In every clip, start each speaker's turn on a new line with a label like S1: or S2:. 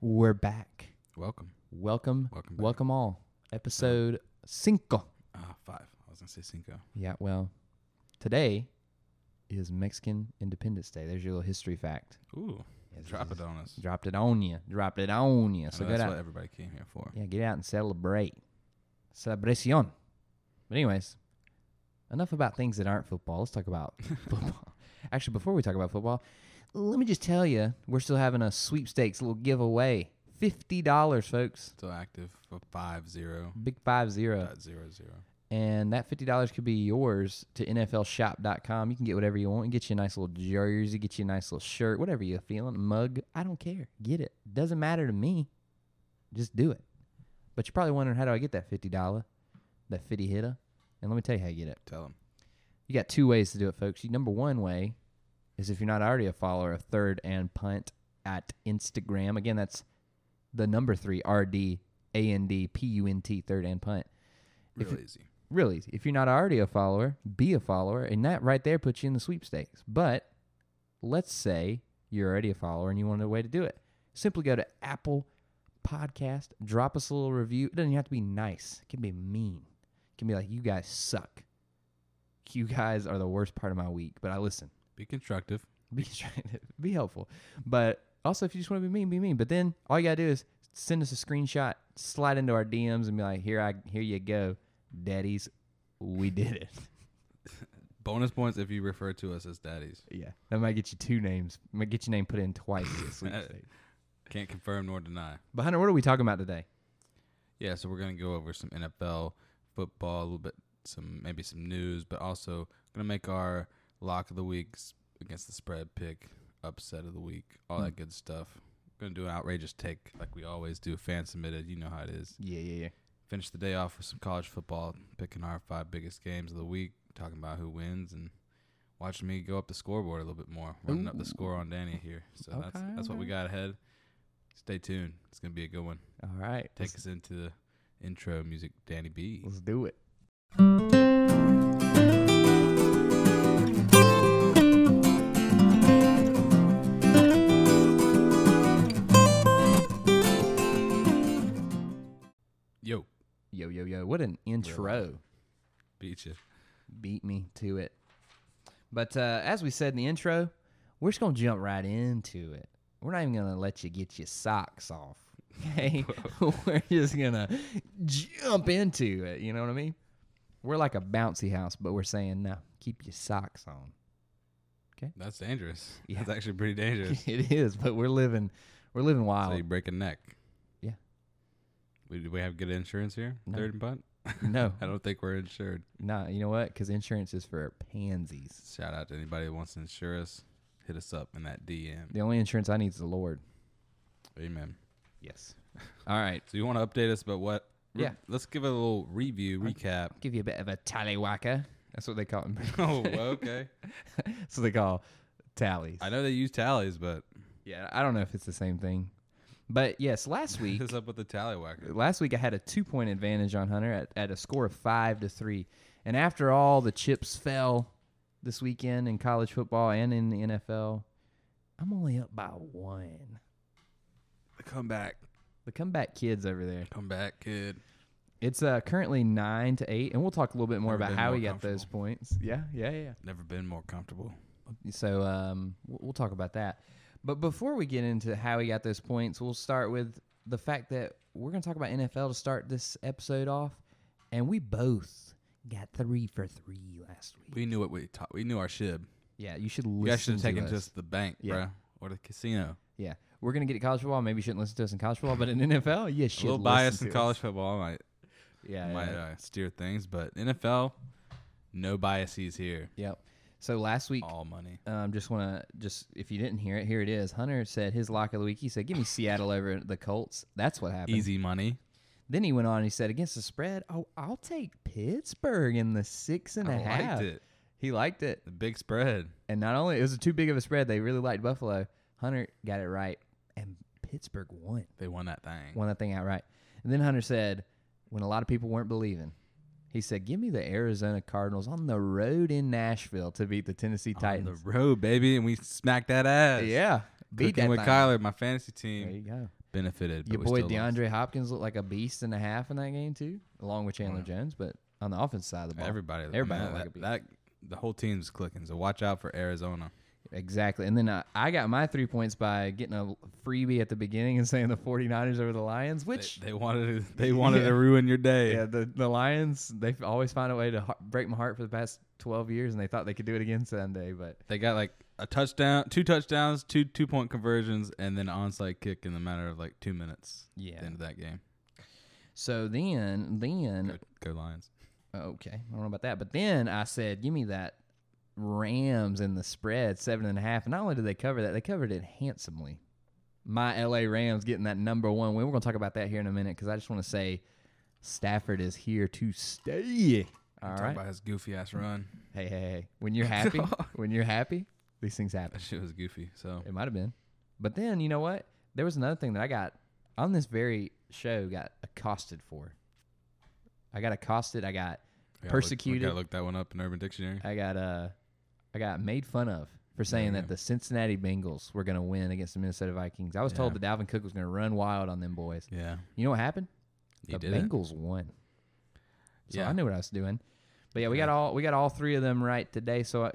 S1: We're back.
S2: Welcome.
S1: Welcome,
S2: Welcome
S1: welcome,
S2: back.
S1: all. Episode cinco.
S2: Ah, five. I was gonna say cinco.
S1: Yeah, well, today is Mexican Independence Day. There's your little history fact.
S2: Ooh,
S1: Yes,
S2: drop
S1: yes.
S2: it on us.
S1: Dropped it on you. Dropped it on you.
S2: I
S1: So
S2: know
S1: get
S2: that's
S1: out.
S2: what everybody came here for.
S1: Yeah, get out and celebrate. Celebracion. But anyways, enough about things that aren't football. Let's talk about football. Actually, before we talk about football, let me just tell you, we're still having a sweepstakes little giveaway. Fifty dollars, folks.
S2: Still active for five zero
S1: Big five zero.
S2: dot zero zero.
S1: And that fifty dollars could be yours to NFLshop.com. You can get whatever you want. Get you a nice little jersey, get you a nice little shirt, whatever you're feeling, mug. I don't care. Get it. Doesn't matter to me. Just do it. But you're probably wondering how do I get that fifty dollar, that fifty hitter? And let me tell you how you get it.
S2: Tell them.
S1: You got two ways to do it, folks. You, number one way is if you're not already a follower of Third and Punt at Instagram. Again, that's the number three R D A N D P U N T Third and Punt If
S2: Real easy.
S1: really, if you're not already a follower, be a follower, and that right there puts you in the sweepstakes. But let's say you're already a follower and you wanted a way to do it. Simply go to Apple Podcast, drop us a little review. It doesn't have to be nice. It can be mean. It can be like, you guys suck. You guys are the worst part of my week, but I listen
S2: Be constructive.
S1: be trying to be helpful. But also, if you just want to be mean, be mean. But then all you gotta do is send us a screenshot, slide into our DMs, and be like, "Here I, here you go, daddies, we did it."
S2: Bonus points if you refer to us as daddies.
S1: yeah, that might get you two names. Might get your name put in twice. this sweepstakes.
S2: Can't confirm nor deny.
S1: but Hunter, what are we talking about today?
S2: Yeah, so we're gonna go over some NFL football, a little bit, some maybe some news, but also gonna make our lock of the weeks against the spread pick, upset of the week, all that good stuff. Gonna do an outrageous take like we always do, fan submitted. You know how it is.
S1: Yeah, yeah, yeah.
S2: Finish the day off with some college football, picking our five biggest games of the week, talking about who wins and. Watching me go up the scoreboard a little bit more, running up the
S1: Ooh.
S2: score on Danny here. So that's
S1: Okay,
S2: that's what we
S1: okay.
S2: got ahead. Stay tuned; it's gonna be a good one.
S1: All right,
S2: Take
S1: let's,
S2: us into the intro music, Danny B.
S1: let's do it.
S2: Yo,
S1: Yo, yo, yo! What an intro.
S2: beat you.
S1: beat me to it. But uh, as we said in the intro, we're just gonna jump right into it. We're not even gonna let you get your socks off. Okay, we're just gonna jump into it. You know what I mean? We're like a bouncy house, but we're saying no, keep your socks on.
S2: That's dangerous.
S1: Yeah.
S2: That's actually pretty dangerous.
S1: it is, but we're living, we're living
S2: so
S1: wild.
S2: you break a neck.
S1: Yeah.
S2: We, do we have good insurance here?
S1: No.
S2: Third and punt?
S1: no,
S2: I don't think we're insured.
S1: nah, you know what? Because insurance is for pansies.
S2: Shout out to anybody who wants to insure us. Hit us up in that DM.
S1: The only insurance I need is the Lord.
S2: Amen.
S1: Yes. All right,
S2: So you want to update us about what? re-
S1: Yeah.
S2: Let's give a little review, recap.
S1: give you a bit of a tallywhacker. That's what they call it.
S2: oh, well, okay.
S1: so they call tallies.
S2: I know they use tallies, but
S1: yeah, I don't know if it's the same thing, but yes, last week,
S2: what's up with the tallywhacker?
S1: last week I had a two point advantage on Hunter at, at a score of five to three, and after all the chips fell this weekend in college football and in the NFL, I'm only up by one.
S2: Come back.
S1: The comeback kids over there.
S2: Come back, kid.
S1: It's uh, currently nine to eight, and we'll talk a little bit more
S2: Never
S1: about
S2: been
S1: how
S2: more
S1: we got those points. Yeah, yeah, yeah.
S2: Never been more comfortable.
S1: So um, we'll we'll talk about that. But before we get into how he got those points, we'll start with the fact that we're going to talk about NFL to start this episode off, and we both got three for three last week.
S2: We knew what we taught. We knew our shib.
S1: Yeah, you should
S2: You guys
S1: listen
S2: should have
S1: to
S2: taken
S1: us.
S2: just the bank,
S1: Yeah.
S2: bruh, or the casino.
S1: yeah, we're going to get to college football. Maybe you shouldn't listen to us in college football, but in NFL, you
S2: A
S1: should.
S2: little
S1: listen
S2: bias in
S1: to
S2: college
S1: us.
S2: football might
S1: Yeah, yeah,
S2: might
S1: yeah.
S2: uh, steer things, but NFL, no biases here.
S1: Yep. So last week,
S2: All money.
S1: um, just want to just if you didn't hear it, here it is. Hunter said his lock of the week. He said, "Give me Seattle over the Colts." That's what happened.
S2: Easy money.
S1: Then he went on and he said, against the spread, oh, I'll take Pittsburgh in the six and a
S2: I
S1: half.
S2: liked it.
S1: He liked it.
S2: The big spread.
S1: And not only it was too big of a spread, they really liked Buffalo. Hunter got it right. And Pittsburgh won.
S2: They won that thing.
S1: Won that thing outright. And then Hunter said, when a lot of people weren't believing, he said, Give me the Arizona Cardinals on the road in Nashville to beat the Tennessee
S2: On
S1: Titans.
S2: the road, baby, and we smacked that ass.
S1: yeah. Beat
S2: Cooking
S1: that
S2: with
S1: thing.
S2: Kyler, my fantasy
S1: There
S2: team.
S1: you go.
S2: benefited. But
S1: Your
S2: we
S1: boy
S2: still lost.
S1: DeAndre Hopkins looked like a beast and a half in that game too, along with Chandler Jones. But on the offense side of the ball,
S2: Everybody, I mean,
S1: Everybody
S2: that-
S1: like a
S2: that,
S1: beast.
S2: that the whole team's clicking. So watch out for Arizona.
S1: exactly. And then I, I got my three points by getting a freebie at the beginning and saying the 49ers over the Lions,
S2: They,
S1: which
S2: they wanted to, they wanted
S1: Yeah.
S2: to ruin your day.
S1: yeah, the, the Lions they've always found a way to har- break my heart for the past 12 years, and they thought they could do it again Sunday, but
S2: They got like a touchdown, two touchdowns, two two point conversions, and then an onside kick in the matter of like two minutes.
S1: yeah.
S2: At the end of that game.
S1: So then, then
S2: Go, go Lions.
S1: Okay, I don't know about that. But then I said, give me that Rams in the spread seven and a half. And not only did they cover that, they covered it handsomely. My LA Rams getting that number one win. We're going to talk about that here in a minute because I just want to say Stafford is here to stay. All
S2: Talk
S1: right.
S2: about his goofy ass run.
S1: Hey, hey, hey. When you're happy, when you're happy, these things happen.
S2: That shit was goofy. So
S1: It might have been. But then, you know what? There was another thing that I got on this very show got accosted for. I got accosted. I got
S2: I gotta look-
S1: Persecuted.
S2: I gotta look that one up in Urban Dictionary.
S1: I got uh, I got made fun of for saying
S2: yeah.
S1: that the Cincinnati Bengals were going to win against the Minnesota Vikings. I was told
S2: Yeah.
S1: that Dalvin Cook was going to run wild on them boys.
S2: Yeah,
S1: You know what happened?
S2: he
S1: the
S2: did it.
S1: Bengals won. So
S2: Yeah.
S1: I knew what I was doing. But yeah, we got all we got all three of them right today. So I,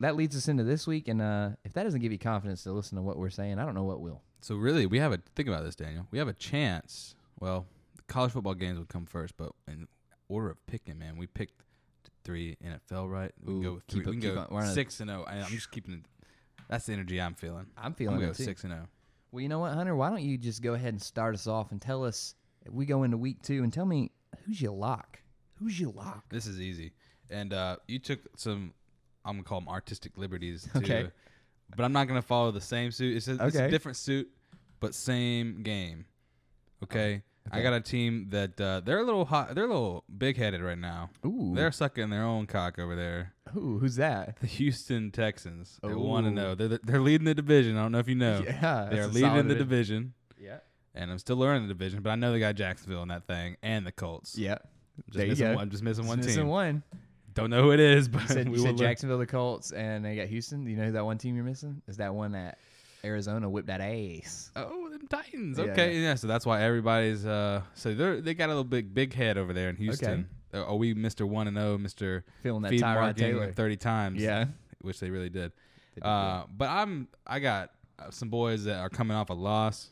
S1: that leads us into this week, and uh, if that doesn't give you confidence to listen to what we're saying, I don't know what will.
S2: So really, we have a think about this, Daniel. We have a chance. Well, the college football games would come first, but in order of picking, man, we picked three NFL right. We
S1: Ooh,
S2: can go with three.
S1: keep it-
S2: we
S1: keep
S2: can
S1: on-
S2: go
S1: we're on a-
S2: six and zero. I- I'm just keeping it. That's the energy I'm feeling.
S1: I'm
S2: I'm
S1: feeling
S2: gonna go
S1: it too.
S2: six and oh. zero.
S1: Well, you know what, Hunter? Why don't you just go ahead and start us off and tell us we go into week two and tell me who's your lock? Who's your lock?
S2: This is easy. And uh, you took some, I'm gonna call them artistic liberties. Too,
S1: Okay.
S2: But I'm not gonna follow the same suit. It's a, it's a
S1: Okay.
S2: different suit, but same game. Okay. I
S1: Oh, okay.
S2: got a team that uh, they're a little hot. They're a little big headed right now.
S1: Ooh,
S2: They're sucking their own cock over there.
S1: Ooh, who's that?
S2: The Houston Texans. They want to
S1: Ooh.
S2: know. They're the- they're leading the division. I don't know if you know.
S1: Yeah,
S2: they're leading the division.
S1: Yeah,
S2: And I'm still learning the division, but I know they got Jacksonville in that thing and the Colts.
S1: yeah.
S2: just
S1: there you
S2: missing
S1: go.
S2: one. Just missing one
S1: Just missing
S2: team.
S1: one.
S2: Don't know who it is, but
S1: You said,
S2: we
S1: you
S2: will
S1: said
S2: look.
S1: Jacksonville, the Colts, and they got Houston. Do you know who that one team you're missing? Is that one that Arizona whipped that ass?
S2: Oh, the Titans.
S1: Yeah,
S2: Okay, yeah. So that's why everybody's. uh So they are they got a little big big head over there in Houston. Uh, Are we Mister One and O, Mister
S1: Feeling that
S2: Feed
S1: Tyrod
S2: Mark
S1: Taylor.
S2: Ingram thirty times?
S1: Yeah.
S2: which they really did.
S1: They did
S2: Uh, but I'm I got uh, some boys that are coming off a loss,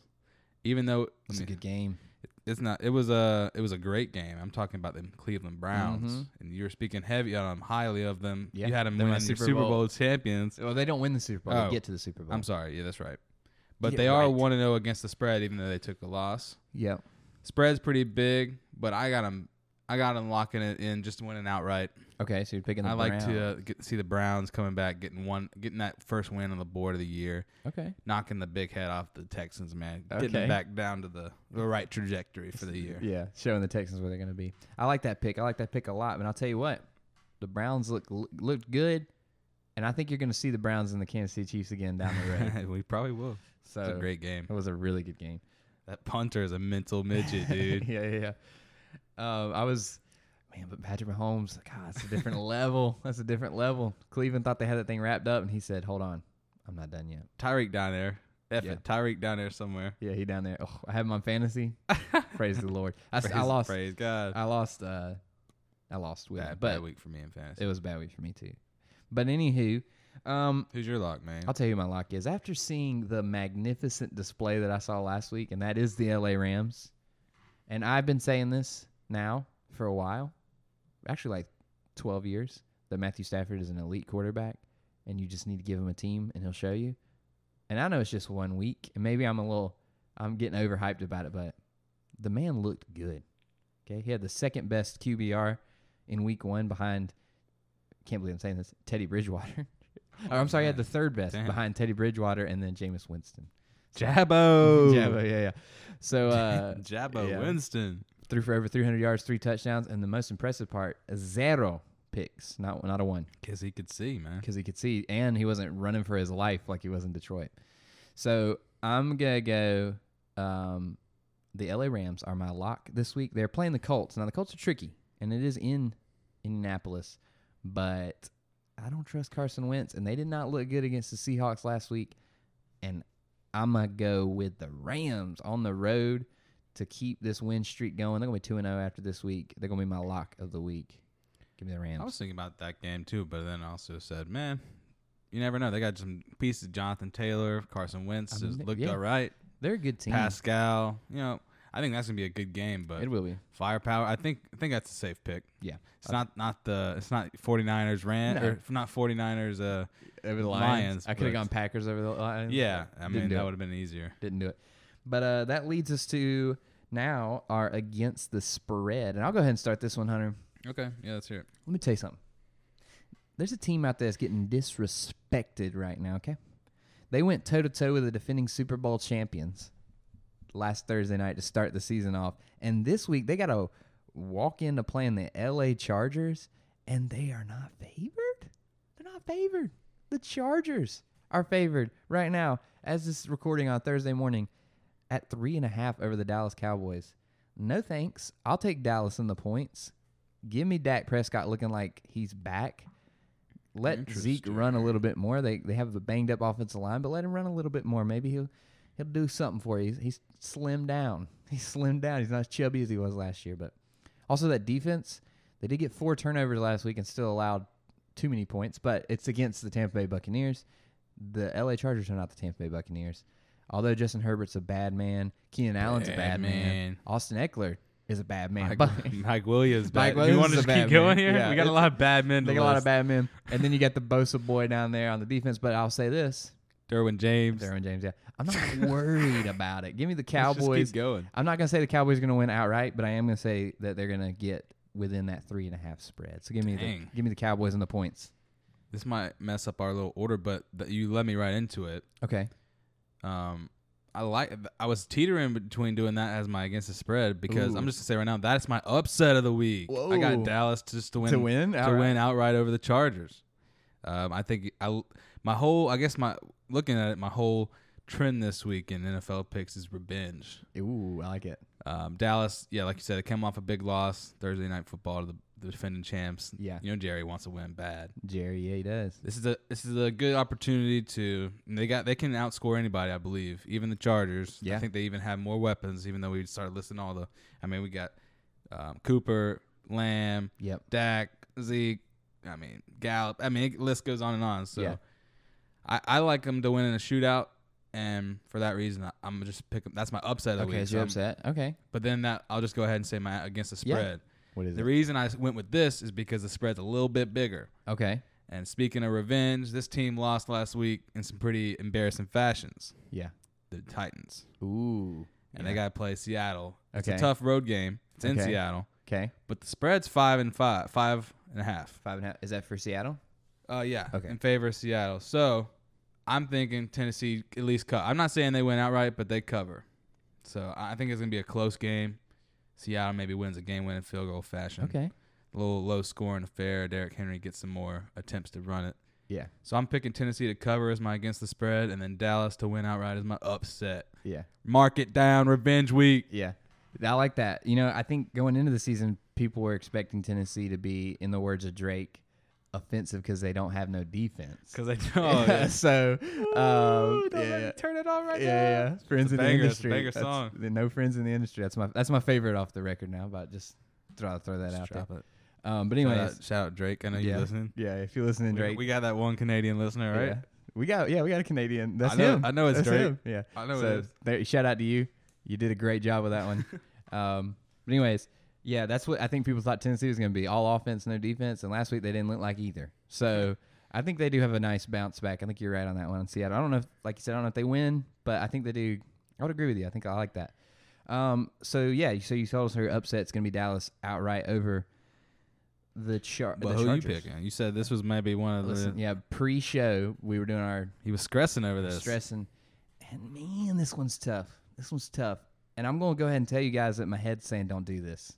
S2: even though I
S1: It's a
S2: mean,
S1: good game.
S2: it's not. It was a it was a great game. I'm talking about them Cleveland Browns,
S1: Mhm.
S2: and you were speaking heavy on them, highly of them.
S1: Yeah,
S2: You had them
S1: they're my
S2: win your
S1: Super
S2: Super Bowl,
S1: Bowl.
S2: champions.
S1: Well, they don't win the Super Bowl. They
S2: Oh.
S1: get to the Super Bowl.
S2: I'm sorry. Yeah, that's right. But
S1: Yeah,
S2: they are
S1: right.
S2: one and zero against the spread, even though they took a loss.
S1: yeah.
S2: Spread's pretty big, but I got them. I got them locking it in, just winning outright.
S1: Okay, so you're picking the
S2: I like
S1: Browns.
S2: to uh, get, see the Browns coming back, getting one, getting that first win on the board of the year,
S1: Okay.
S2: knocking the big head off the Texans, man, getting
S1: Okay.
S2: them back down to the, the right trajectory for the year.
S1: Yeah, showing the Texans where they're going to be. I like that pick. I like that pick a lot. But I'll tell you what, the Browns look looked good, and I think you're going to see the Browns and the Kansas City Chiefs again down the road.
S2: we probably will.
S1: so
S2: It's a great game.
S1: It was a really good game.
S2: That punter is a mental midget, dude.
S1: yeah, yeah, yeah. Um, I was, man, but Patrick Mahomes, God, it's a different level. That's a different level. Cleveland thought they had that thing wrapped up, and he said, "Hold on, I'm not done yet."
S2: Tyreek down there. F
S1: Yeah.
S2: it. Tyreek down there somewhere.
S1: Yeah, he down there. Oh, I have him on fantasy. Praise the Lord. I, s- I
S2: Praise-
S1: lost.
S2: Praise God.
S1: I lost. Uh, I lost. With, him,
S2: bad,
S1: but
S2: bad week for me in fantasy.
S1: it was a bad week for me too. But anywho, um,
S2: Who's your lock, man?
S1: I'll tell you who my lock is. After seeing the magnificent display that I saw last week, and that is the LA Rams, and I've been saying this now for a while, actually like 12 years, that Matthew Stafford is an elite quarterback, and you just need to give him a team, and he'll show you. And I know it's just one week, and maybe I'm a little, I'm getting overhyped about it, but the man looked good. Okay, he had the second best QBR in week one behind. Can't believe I'm saying this. Teddy Bridgewater. or I'm sorry, he had the
S2: man.
S1: third best
S2: Damn.
S1: behind Teddy Bridgewater and then Jameis Winston.
S2: Jabbo.
S1: Jabba, yeah, yeah. So uh,
S2: Jabbo
S1: yeah.
S2: Winston.
S1: threw for over 300 yards, three touchdowns, and the most impressive part, zero picks, not not a one,
S2: Because he could see, man.
S1: because he could see, and he wasn't running for his life like he was in Detroit. So I'm gonna go. Um, the LA Rams are my lock this week. They're playing the Colts. Now the Colts are tricky, and it is in Indianapolis, but I don't trust Carson Wentz, and they did not look good against the Seahawks last week. And I'm going to go with the Rams on the road to keep this win streak going. They're going to be 2 0 after this week. They're going to be my lock of the week. Give me the Rams.
S2: I was thinking about that game too, but then I also said, man, you never know. They got some pieces. Jonathan Taylor, Carson Wentz
S1: I mean,
S2: has
S1: they-
S2: looked
S1: yeah.
S2: all right.
S1: They're a good team.
S2: Pascal, you know, I think that's gonna be a good game. But
S1: It will be.
S2: firepower, I think I think that's a safe pick.
S1: Yeah.
S2: It's not not the it's not 49ers ran
S1: No.
S2: or not 49ers. Uh,
S1: Over the
S2: Lions,
S1: I could have
S2: but-
S1: gone Packers over the Lions.
S2: yeah, I
S1: Didn't
S2: mean
S1: do
S2: that
S1: it.
S2: would have been easier.
S1: Didn't do it. But uh, that leads us to now our against the spread. And I'll go ahead and start this one, Hunter.
S2: Okay, yeah, let's hear it.
S1: Let me tell you something. There's a team out there that's getting disrespected right now, okay? They went toe to toe with the defending Super Bowl champions last Thursday night to start the season off. And this week, they got to walk into playing the LA Chargers, and they are not favored. They're not favored. The Chargers are favored right now, as this is recording on Thursday morning, at three and a half over the Dallas Cowboys. No thanks. I'll take Dallas in the points. Give me Dak Prescott looking like he's back. Let Zeke
S2: Interesting.
S1: run a little bit more. They they have a banged up offensive line, but let him run a little bit more. Maybe he'll he'll do something for you. He's, he's slimmed down. He's slimmed down. He's not as chubby as he was last year. But also that defense, they did get four turnovers last week and still allowed too many points. But it's against the Tampa Bay Buccaneers. The LA Chargers are not the Tampa Bay Buccaneers. Although Justin Herbert's a bad man, Keenan Allen's a
S2: Bad
S1: bad man.
S2: man.
S1: Austin Eckler is a bad man.
S2: Mike,
S1: But
S2: Mike Williams.
S1: Mike
S2: Bad.
S1: Williams
S2: you want
S1: is a
S2: to just
S1: bad
S2: keep going
S1: man.
S2: here?
S1: Yeah,
S2: we got a
S1: it's-
S2: lot of bad men.
S1: they
S2: to
S1: got a lot of
S2: list.
S1: bad men. And then you got the Bosa boy down there on the defense. But I'll say this.
S2: Derwin James.
S1: Derwin James, yeah. I'm not worried about it. Give me the
S2: Let's just
S1: Cowboys.
S2: keep going.
S1: I'm not gonna say the Cowboys are gonna win outright, but I am gonna say that they're gonna get within that three and a half spread. So give me the
S2: Dang.
S1: give me the Cowboys and the points.
S2: This might mess up our little order, but th- you led me right into it.
S1: Okay.
S2: Um, I like. I was teetering between doing that as my against the spread because I'm
S1: Ooh.
S2: just gonna say right now that's my upset of the week. I
S1: Whoa.
S2: got Dallas just to win
S1: win.
S2: to win outright over the Chargers. Um, I think I my whole I guess my looking at it my whole trend this week in NFL picks is revenge.
S1: Ooh, I like it.
S2: Um, Dallas, yeah, like you said, it came off a big loss Thursday night football to the, the defending champs.
S1: Yeah.
S2: you know Jerry wants to win bad.
S1: Jerry, yeah, he does.
S2: This is a this is a good opportunity to and they got they can outscore anybody I believe even the Chargers.
S1: Yeah.
S2: I think they even have more weapons even though we started listing all the I mean we got um, Cooper, Lamb,
S1: Yep.
S2: Dak, Zeke, I mean Gallup. I mean it list goes on and on. So
S1: Yeah.
S2: I, I like them to win in a shootout and for that reason I, I'm just pick that's my upset of the
S1: Okay,
S2: week.
S1: is
S2: So um,
S1: you
S2: I'm-
S1: upset? Okay.
S2: But then that I'll just go ahead and say my against the
S1: Yeah.
S2: spread.
S1: What is
S2: The reason I went with this is because the spread's a little bit bigger.
S1: Okay.
S2: And speaking of revenge, this team lost last week in some pretty embarrassing fashions.
S1: Yeah.
S2: The Titans.
S1: Ooh.
S2: And they got to play Seattle. It's
S1: Okay.
S2: a tough road game. It's in
S1: Okay.
S2: Seattle.
S1: Okay.
S2: But the spread's five and five, five and a half.
S1: Five and a half. Is that for Seattle?
S2: Uh, yeah.
S1: Okay.
S2: In favor of Seattle. So I'm thinking Tennessee at least cut. I'm not saying they win outright, but they cover. So I I think it's going to be a close game. Seattle maybe wins a game winning field goal fashion.
S1: Okay.
S2: A little low scoring affair. Derrick Henry gets some more attempts to run it.
S1: Yeah.
S2: So I'm picking Tennessee to cover as my against the spread, and then Dallas to win outright as my upset.
S1: Yeah.
S2: Mark it down, revenge week.
S1: Yeah. I like that. You know, I think going into the season, people were expecting Tennessee to be, in the words of Drake, offensive because they don't have no defense.
S2: Cause Oh, I know it's
S1: so, um,
S2: don't let
S1: yeah.
S2: me turn it on right
S1: yeah, yeah, yeah. friends
S2: a
S1: in the
S2: banger, it's a
S1: industry.
S2: banger
S1: That's-
S2: song.
S1: the no friends in the industry. That's my that's my favorite off the record now. But just throw throw that
S2: now.
S1: out
S2: Drop
S1: there.
S2: it.
S1: Um, but
S2: Shout
S1: anyways,
S2: out, shout out Drake. I know
S1: yeah,
S2: you're listening.
S1: yeah. If you're listening,
S2: We-
S1: Drake,
S2: We got that one Canadian listener, right?
S1: yeah. we got yeah, we got a Canadian. That's
S2: I know-
S1: him.
S2: I know it's
S1: That's
S2: Drake.
S1: him. Yeah,
S2: I know
S1: so
S2: it is.
S1: There, shout out to you. You did a great job with that one. um, but anyways, yeah, that's what I think people thought Tennessee was going to be all offense, no defense, and last week they didn't look like either. So I think they do have a nice bounce back. I think you're right on that one on Seattle. I don't know, if, like you said, I don't know if they win, but I think they do. I would agree with you. I think I like that. Um, so yeah, so you told us her upset's going to be Dallas outright over the, char-
S2: But
S1: the
S2: who
S1: Chargers.
S2: you picking? Uh, You said this was maybe one of the.
S1: Listen, yeah, pre-show we were doing our
S2: He was stressing over this.
S1: stressing. And man, this one's tough. This one's tough. And I'm gonna go ahead and tell you guys that my head's saying don't do this.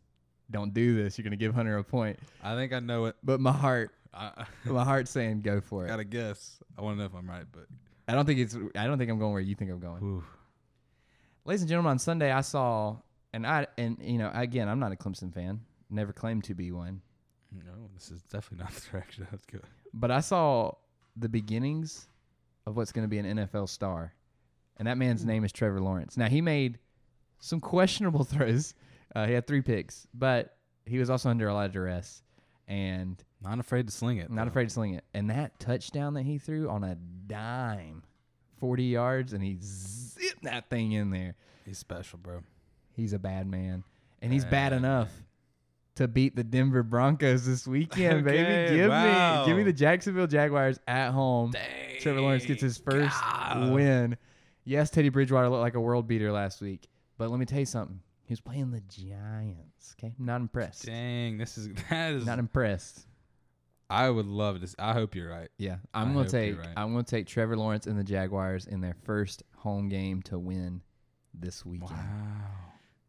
S1: Don't do this. You're gonna give Hunter a point.
S2: I think I know it.
S1: But my heart
S2: I,
S1: my heart's saying go for
S2: I
S1: it.
S2: got to guess. I want to know if I'm right, but
S1: I don't think it's I don't think I'm going where you think I'm going.
S2: Oof.
S1: Ladies and gentlemen, on Sunday I saw and I and you know, again, I'm not a Clemson fan. Never claimed to be one.
S2: no, this is definitely not the direction I was going.
S1: But I saw the beginnings of what's gonna be an NFL star and that man's name is Trevor Lawrence. Now he made some questionable throws. Uh, he had three picks, but he was also under a lot of duress and
S2: Not afraid to sling it.
S1: not
S2: though.
S1: afraid to sling it. And that touchdown that he threw on a dime, forty yards, and he zipped that thing in there.
S2: He's special, bro.
S1: He's a bad man, and he's bad
S2: Bad
S1: enough to beat the Denver Broncos this weekend, baby.
S2: Okay,
S1: Give
S2: wow.
S1: me, give me the Jacksonville Jaguars at home. Trevor Lawrence gets his first win. Yes, Teddy Bridgewater looked like a world beater last week, but let me tell you something. He was playing the Giants. Okay, not impressed.
S2: Dang, this is that is.
S1: Not impressed.
S2: I would love this. I hope you're right.
S1: Yeah, I'm gonna
S2: I hope you're
S1: take
S2: right.
S1: I'm gonna take Trevor Lawrence and the Jaguars in their first home game to win this weekend.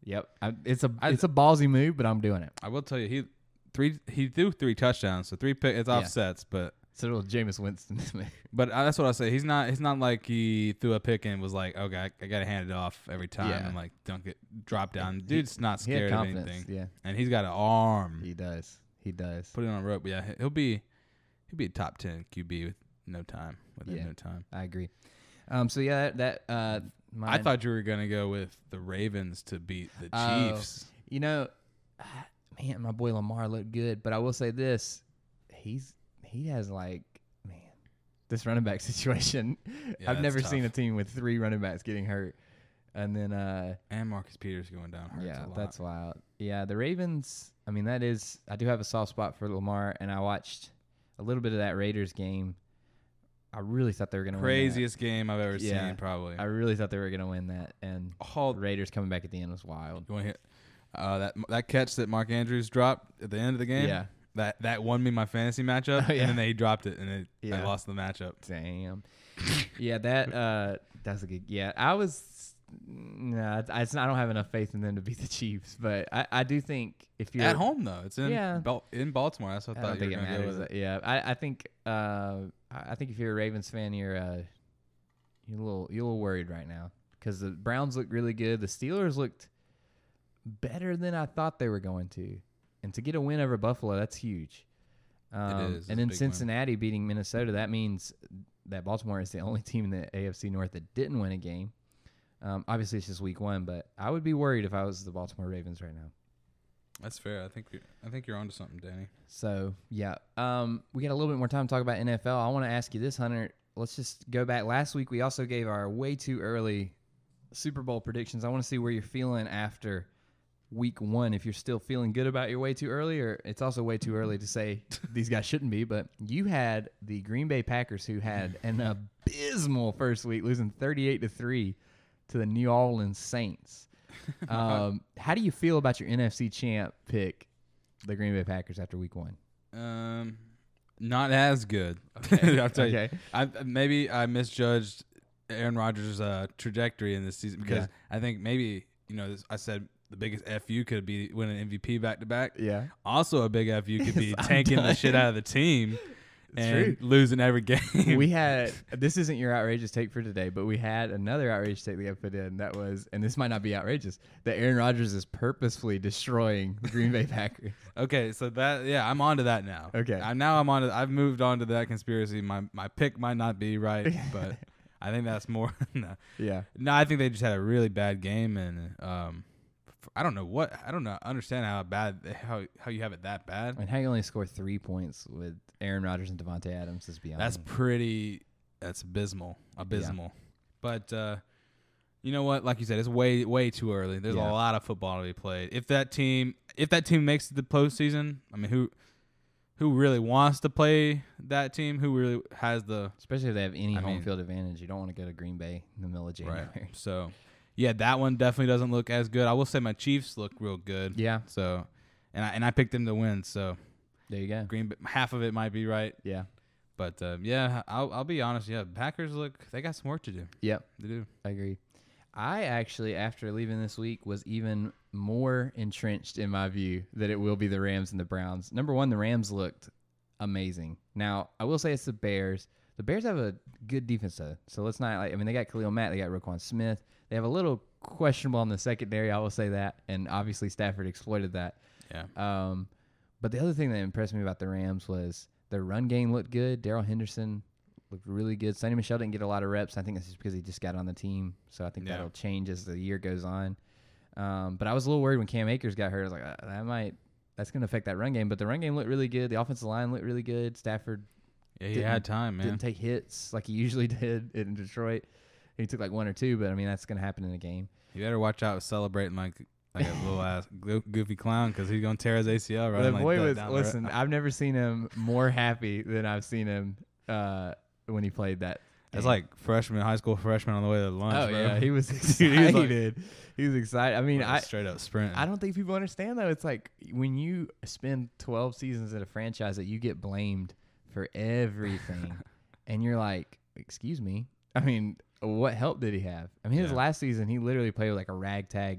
S1: Yep, I, it's a
S2: I-
S1: it's a ballsy move, but I'm doing it.
S2: I will tell you, he three he threw three touchdowns, so three pick. It's
S1: Yeah.
S2: offsets, but
S1: So it'll Jameis Winston this move.
S2: but I, that's what I say. He's not. It's not like he threw a pick and was like, okay, I, I gotta hand it off every time
S1: Yeah.
S2: and like dunk it, drop down. Dude's not
S1: He had
S2: scared of
S1: confidence.
S2: anything,
S1: Yeah,
S2: and he's got an arm.
S1: he does. He does.
S2: Hmm. Put it on a rope. Yeah, he'll be he'll be a top ten QB with no time. Within
S1: Yeah.
S2: no time.
S1: I agree. Um. So yeah, that uh, mine,
S2: I thought you were gonna go with the Ravens to beat the
S1: Oh.
S2: Chiefs.
S1: You know, man, my boy Lamar looked good, but I will say this: he's he has like man, this running back situation.
S2: Yeah,
S1: I've
S2: that's
S1: never seen a
S2: tough.
S1: team with three running backs getting hurt, and then uh,
S2: and Marcus Peters going down hurts
S1: yeah,
S2: a lot.
S1: that's wild. Yeah, the Ravens. I mean, that is I do have a soft spot for Lamar, and I watched a little bit of that Raiders game. I really thought they were gonna Win
S2: craziest game I've ever
S1: Yeah.
S2: seen, probably.
S1: that. I really thought they were gonna win that, and
S2: All
S1: Raiders coming back at the end was wild.
S2: You want to hear uh, that that catch that Mark Andrews dropped at the end of the game?
S1: Yeah.
S2: That that won me my fantasy matchup,
S1: Oh, yeah.
S2: and then they dropped it, and it,
S1: Yeah.
S2: I lost the matchup.
S1: Damn. yeah, that uh, that's a good. Yeah, I was. Nah, I, it's not- I don't have enough faith in them to beat the Chiefs, but I, I do think if you're
S2: At home though, it's in
S1: Yeah.
S2: Bal- in Baltimore. That's what
S1: I
S2: I
S1: don't
S2: thought you
S1: think
S2: were
S1: it
S2: gonna go
S1: matters.
S2: with.
S1: that- yeah, I, I think uh, I I think if you're a Ravens fan, you're uh, you're a little you're a little worried right now because the Browns looked really good. The Steelers looked better than I thought they were going to, and to get a win over Buffalo, that's huge. Um,
S2: is. It's
S1: And
S2: a
S1: then
S2: big win.
S1: Cincinnati beating Minnesota, that means that Baltimore is the only team in the AFC North that didn't win a game. Um, obviously, it's just week one, but I would be worried if I was the Baltimore Ravens right now.
S2: That's fair. I think you're, I think you're onto something, Danny.
S1: So yeah, um, we got a little bit more time to talk about NFL. I want to ask you this, Hunter. Let's just go back. Last week we also gave our way too early Super Bowl predictions. I want to see where you're feeling after week one. If you're still feeling good about your way too early, or it's also way too early to say these guys shouldn't be. But you had the Green Bay Packers, who had an abysmal first week, losing 38 to three to the New Orleans Saints. Um, how do you feel about your NFC champ pick? the Green Bay Packers after week one.
S2: Um, not as good. I'll tell you.
S1: Okay.
S2: I maybe I misjudged Aaron Rodgers' uh, trajectory in this season because
S1: Yeah.
S2: I think maybe you know this, I said the biggest fu could be winning MVP back to back.
S1: Yeah.
S2: Also, a big fu could be
S1: I'm
S2: tanking the
S1: done.
S2: shit out of the team
S1: true.
S2: and losing every game.
S1: We had this isn't your outrageous take for today, but we had another outrageous take that I put in that was, and this might not be outrageous, that Aaron Rodgers is purposefully destroying the Green Bay Packers.
S2: okay, so that yeah, I'm on to that now.
S1: Okay.
S2: I, now I'm on to. I've moved on to that conspiracy. My my pick might not be right, but I think that's more. no.
S1: Yeah.
S2: No, I think they just had a really bad game, and um, f- I don't know what I don't know understand how bad how how you have it that bad.
S1: And how you only score three points with Aaron Rodgers and Devontae Adams is beyond.
S2: That's pretty. That's abysmal, abysmal. But uh, you know what? Like you said, it's way way too early. There's
S1: Yeah.
S2: a lot of football to be played. If that team if that team makes the postseason, I mean, who who really wants to play that team? Who really has the
S1: especially if they have any
S2: I
S1: home
S2: mean-
S1: field advantage. You don't want to go to Green Bay in the middle of January.
S2: So yeah, that one definitely doesn't look as good. I will say my Chiefs look real good.
S1: Yeah.
S2: So, and I and I picked them to win. So
S1: There you go.
S2: Green, Bay- half of it might be right,
S1: Yeah.
S2: but um, yeah, I'll I'll be honest. Yeah, Packers look they got some work to do.
S1: Yep.
S2: They do.
S1: I agree. I actually, after leaving this week, was even more entrenched in my view that it will be the Rams and the Browns. Number one, the Rams looked amazing. Now, I will say it's the Bears. The Bears have a good defense, though. So let's not, like, I mean, they got Khalil Matt, they got Roquan Smith. They have a little questionable on the secondary, I will say that. And obviously, Stafford exploited that.
S2: Yeah.
S1: Um, but the other thing that impressed me about the Rams was their run game looked good. Daryl Henderson looked really good. Sonny Michelle didn't get a lot of reps. I think that's just because he just got on the team. So I think
S2: Yeah.
S1: that'll change as the year goes on. Um, but I was a little worried when Cam Akers got hurt. I was like, "Ah, that might that's going to affect that run game. But the run game looked really good. The offensive line looked really good. Stafford
S2: Yeah, he
S1: Didn't-
S2: had time, man.
S1: didn't take hits like he usually did in Detroit. He took like one or two, but I mean that's going to happen in a game.
S2: You better watch out celebrating like like a little ass goo- goofy clown because he's gonna tear his ACL right.
S1: the boy was listen. I've never seen him more happy than I've seen him uh, when he played that.
S2: It's
S1: game.
S2: like freshman, high school freshman on the way to lunch.
S1: Oh
S2: bro.
S1: yeah, he was
S2: Dude, he was like-
S1: excited. he was excited. I mean,
S2: Like,
S1: I
S2: straight up sprint.
S1: I don't think people understand though. It's like when you spend 12 seasons at a franchise that you get blamed for everything, and you're like, "Excuse me." I mean, what help did he have? I mean, his
S2: Yeah.
S1: last season, he literally played with like a ragtag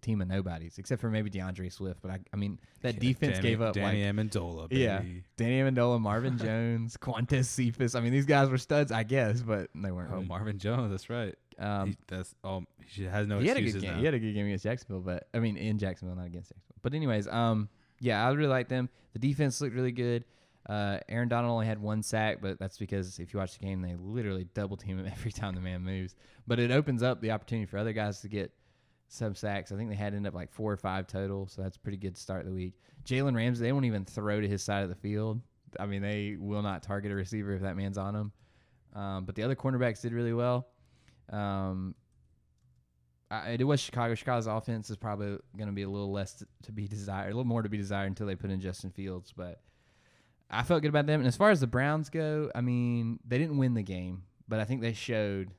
S1: team of nobodies, except for maybe DeAndre Swift. But I, I mean, that defense
S2: Danny-
S1: gave up
S2: Danny
S1: like
S2: Amendola, baby.
S1: Yeah. Danny Amendola, Marvin Jones, Quantes Cephas. I mean, these guys were studs, I guess, but they weren't.
S2: Oh,
S1: really.
S2: Marvin Jones. That's right.
S1: um,
S2: he, that's all. He has no
S1: he had a
S2: excuses
S1: good game.
S2: now.
S1: He had a good game against Jacksonville, but I mean in Jacksonville, not against Jacksonville. But anyways, um, yeah, I really like them. The defense looked really good. Uh, Aaron Donald only had one sack, but that's because if you watch the game, they literally double team him every time the man moves. But it opens up the opportunity for other guys to get some sacks. I think they had end up like four or five total, so that's a pretty good start of the week. Jalen Ramsey, they won't even throw to his side of the field. I mean, they will not target a receiver if that man's on him. Um, but the other cornerbacks did really well. Um, I, it was Chicago. Chicago's offense is probably going to be a little less to, to be desired, a little more to be desired until they put in Justin Fields. But I felt good about them. And as far as the Browns go, I mean, they didn't win the game, but I think they showed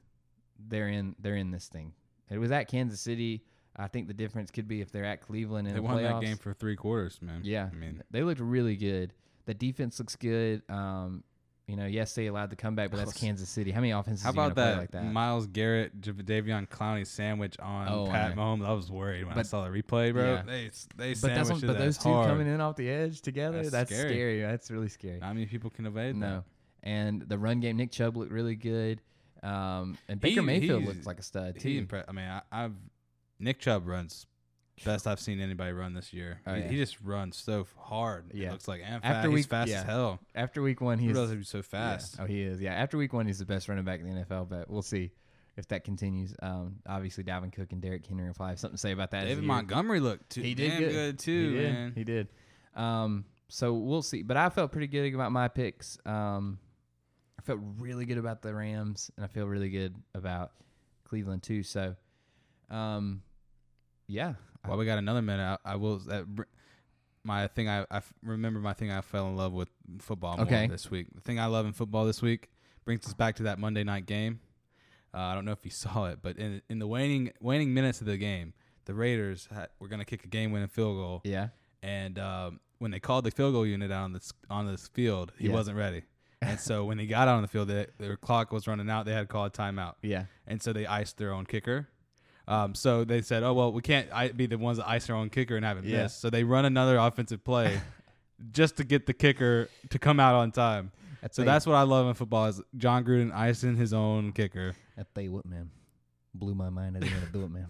S1: they're in they're in this thing. It was at Kansas City. I think the difference could be if they're at Cleveland in
S2: They
S1: the
S2: won
S1: playoffs.
S2: that game for three quarters, man.
S1: Yeah,
S2: I mean,
S1: they looked really good. The defense looks good. Um, you know, yes, they allowed the comeback, but that's
S2: Listen.
S1: Kansas City. How many offenses
S2: how
S1: are you gonna
S2: about that,
S1: play like that?
S2: Miles Garrett, Jav- Davion Clowney sandwich on
S1: Oh, I
S2: Pat
S1: know.
S2: Mahomes? I was worried when I
S1: But-
S2: saw the replay, bro.
S1: yeah.
S2: They they
S1: but that's
S2: sandwiched
S1: what- but those
S2: his ass
S1: two
S2: hard.
S1: coming in off the edge together.
S2: That's
S1: That's,
S2: scary.
S1: scary. That's really scary.
S2: Not many people can evade that.
S1: No, and the run game, Nick Chubb looked really good. Um, and Baker
S2: He-
S1: Mayfield
S2: he's-
S1: looked like a stud too.
S2: He impre- I mean, I, I've Nick Chubb runs best I've seen anybody run this year.
S1: Oh,
S2: he,
S1: yeah.
S2: he just runs so hard. It
S1: Yeah.
S2: looks like and
S1: After
S2: fast, he's
S1: week-
S2: fast
S1: yeah.
S2: as hell.
S1: After week one,
S2: He
S1: he's
S2: realized he was so
S1: yeah.
S2: fast.
S1: Oh, he is. Yeah. After week one, he's the best running back in the NFL. But we'll see if that continues. Um, obviously, Dalvin Cook and Derek Henry will probably have something to say about that. as
S2: David
S1: the year-
S2: Montgomery looked too,
S1: He did
S2: damn
S1: good.
S2: good, too,
S1: he did.
S2: man.
S1: He did. Um, so we'll see. But I felt pretty good about my picks. Um, I felt really good about the Rams, and I feel really good about Cleveland too. So, um, yeah,
S2: While we got another minute, I, I will. That, br- my thing, I, I f- remember my thing. I fell in love with football more
S1: Okay.
S2: this week. The thing I love in football this week brings us back to that Monday night game. Uh, I don't know if you saw it, but in in the waning waning minutes of the game, the Raiders had, were going to kick a game winning field goal,
S1: yeah.
S2: and um, when they called the field goal unit out on this on this field, he
S1: Yeah.
S2: wasn't ready. And so when he got out on the field, they, their clock was running out. They had called timeout
S1: Yeah.
S2: and so they iced their own kicker. Um, so they said, "Oh well, we can't I- be the ones that ice their own kicker and have it
S1: Yeah.
S2: missed." So they run another offensive play just to get the kicker to come out on time.
S1: That's
S2: So that's what I love in football is John Gruden icing his own kicker.
S1: I tell you what, man, blew my mind. I didn't want to do it, man.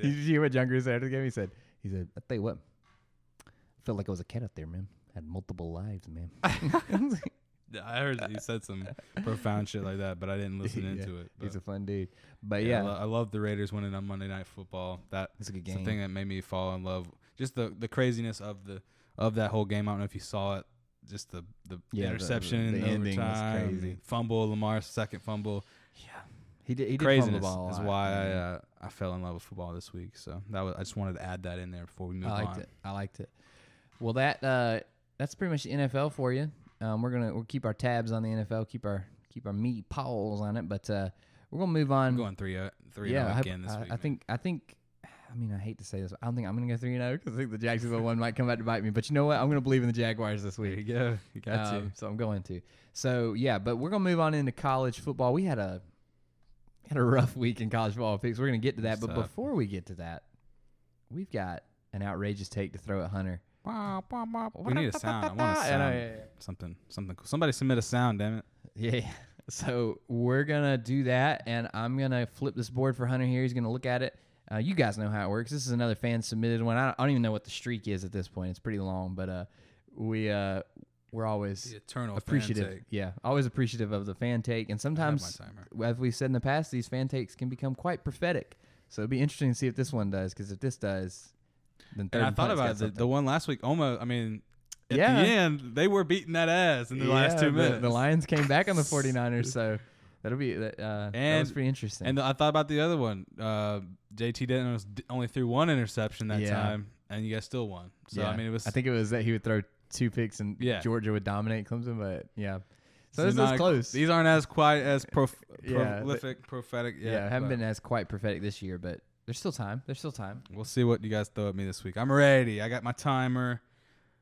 S1: Did you hear what John Gruden said after the game? He said, "He said, I tell you what, felt like I was a cat out there, man. had multiple lives, man."
S2: I heard that he said some profound shit like that, but I didn't listen
S1: Yeah.
S2: into it. But,
S1: He's a fun dude, but
S2: yeah, I
S1: yeah,
S2: lo- I love the Raiders winning on Monday Night Football. That
S1: it's a good
S2: It's the
S1: game.
S2: thing that made me fall in love. Just the the craziness of the of that whole game. I don't know if you saw it. Just the the
S1: Yeah, the-
S2: interception,
S1: the
S2: in
S1: ending was
S2: overtime,
S1: crazy.
S2: Fumble, Lamar's second fumble.
S1: He did. He did fumble the
S2: Craziness
S1: ball. a
S2: is
S1: lot.
S2: why I
S1: Mhm.
S2: uh, I fell in love with football this week. So that was I just wanted to add that in there before we move
S1: I liked
S2: on.
S1: it. I liked it. Well, that uh, that's pretty much the NFL for you. Um, we're gonna we'll keep our tabs on the NFL, keep our keep our meat paws on it, but uh, we're gonna move on.
S2: I'm going three uh, three
S1: yeah,
S2: and oh
S1: I,
S2: again this
S1: I,
S2: week.
S1: I
S2: man.
S1: think I think. I mean, I hate to say this. I don't think I'm gonna go three and zero because I think the Jacksonville one might come back to bite me. But you know what? I'm gonna believe in the Jaguars this
S2: there you
S1: week.
S2: go. You got
S1: Um, so I'm going to. So yeah, but we're gonna move on into college football. We had a had a rough week in college football picks. We're gonna get to that,
S2: It's
S1: but
S2: tough.
S1: before we get to that, we've got an outrageous take to throw at Hunter.
S2: to. We need a sound. I want a
S1: Yeah,
S2: sound.
S1: no, yeah, yeah.
S2: Something something cool. Somebody submit a sound. Damn it.
S1: Yeah. yeah. So we're gonna do that, and I'm gonna flip this board for Hunter here. He's gonna look at it. Uh, you guys know how it works. This is another fan submitted one. I don't, I don't even know what the streak is at this point. It's pretty long, but uh, we uh, we're always
S2: The eternal
S1: appreciative.
S2: Fan take.
S1: Yeah, always appreciative of the fan take. And
S2: I have my
S1: sometimes,
S2: timer.
S1: as we've said in the past, these fan takes can become quite prophetic. So it'd be interesting to see if this one does, because if this does, then third
S2: And I
S1: and
S2: thought
S1: Punt's got
S2: about the,
S1: something.
S2: the one last week. Almost. I mean, at
S1: Yeah.
S2: the end, they were beating that ass in the last
S1: Yeah,
S2: two
S1: the-
S2: minutes.
S1: The Lions came back on the 49ers, so that'll be that. Uh, that was
S2: And-
S1: pretty interesting.
S2: And I thought about the other one. Uh, JT Daniels d- only threw one interception that
S1: Yeah.
S2: time, and you guys still won. So I
S1: Yeah.
S2: mean, it was.
S1: I think it was that he would throw two picks and
S2: Yeah.
S1: Georgia would dominate Clemson, but yeah. So,
S2: these
S1: this
S2: are
S1: is
S2: not-
S1: close.
S2: These aren't as quite as prof-
S1: Yeah, but-
S2: prolific, prophetic.
S1: yeah,
S2: Yet,
S1: haven't
S2: but
S1: been as quite prophetic this year, but there's still time. There's still time.
S2: We'll see what you guys throw at me this week. I'm ready. I got my timer.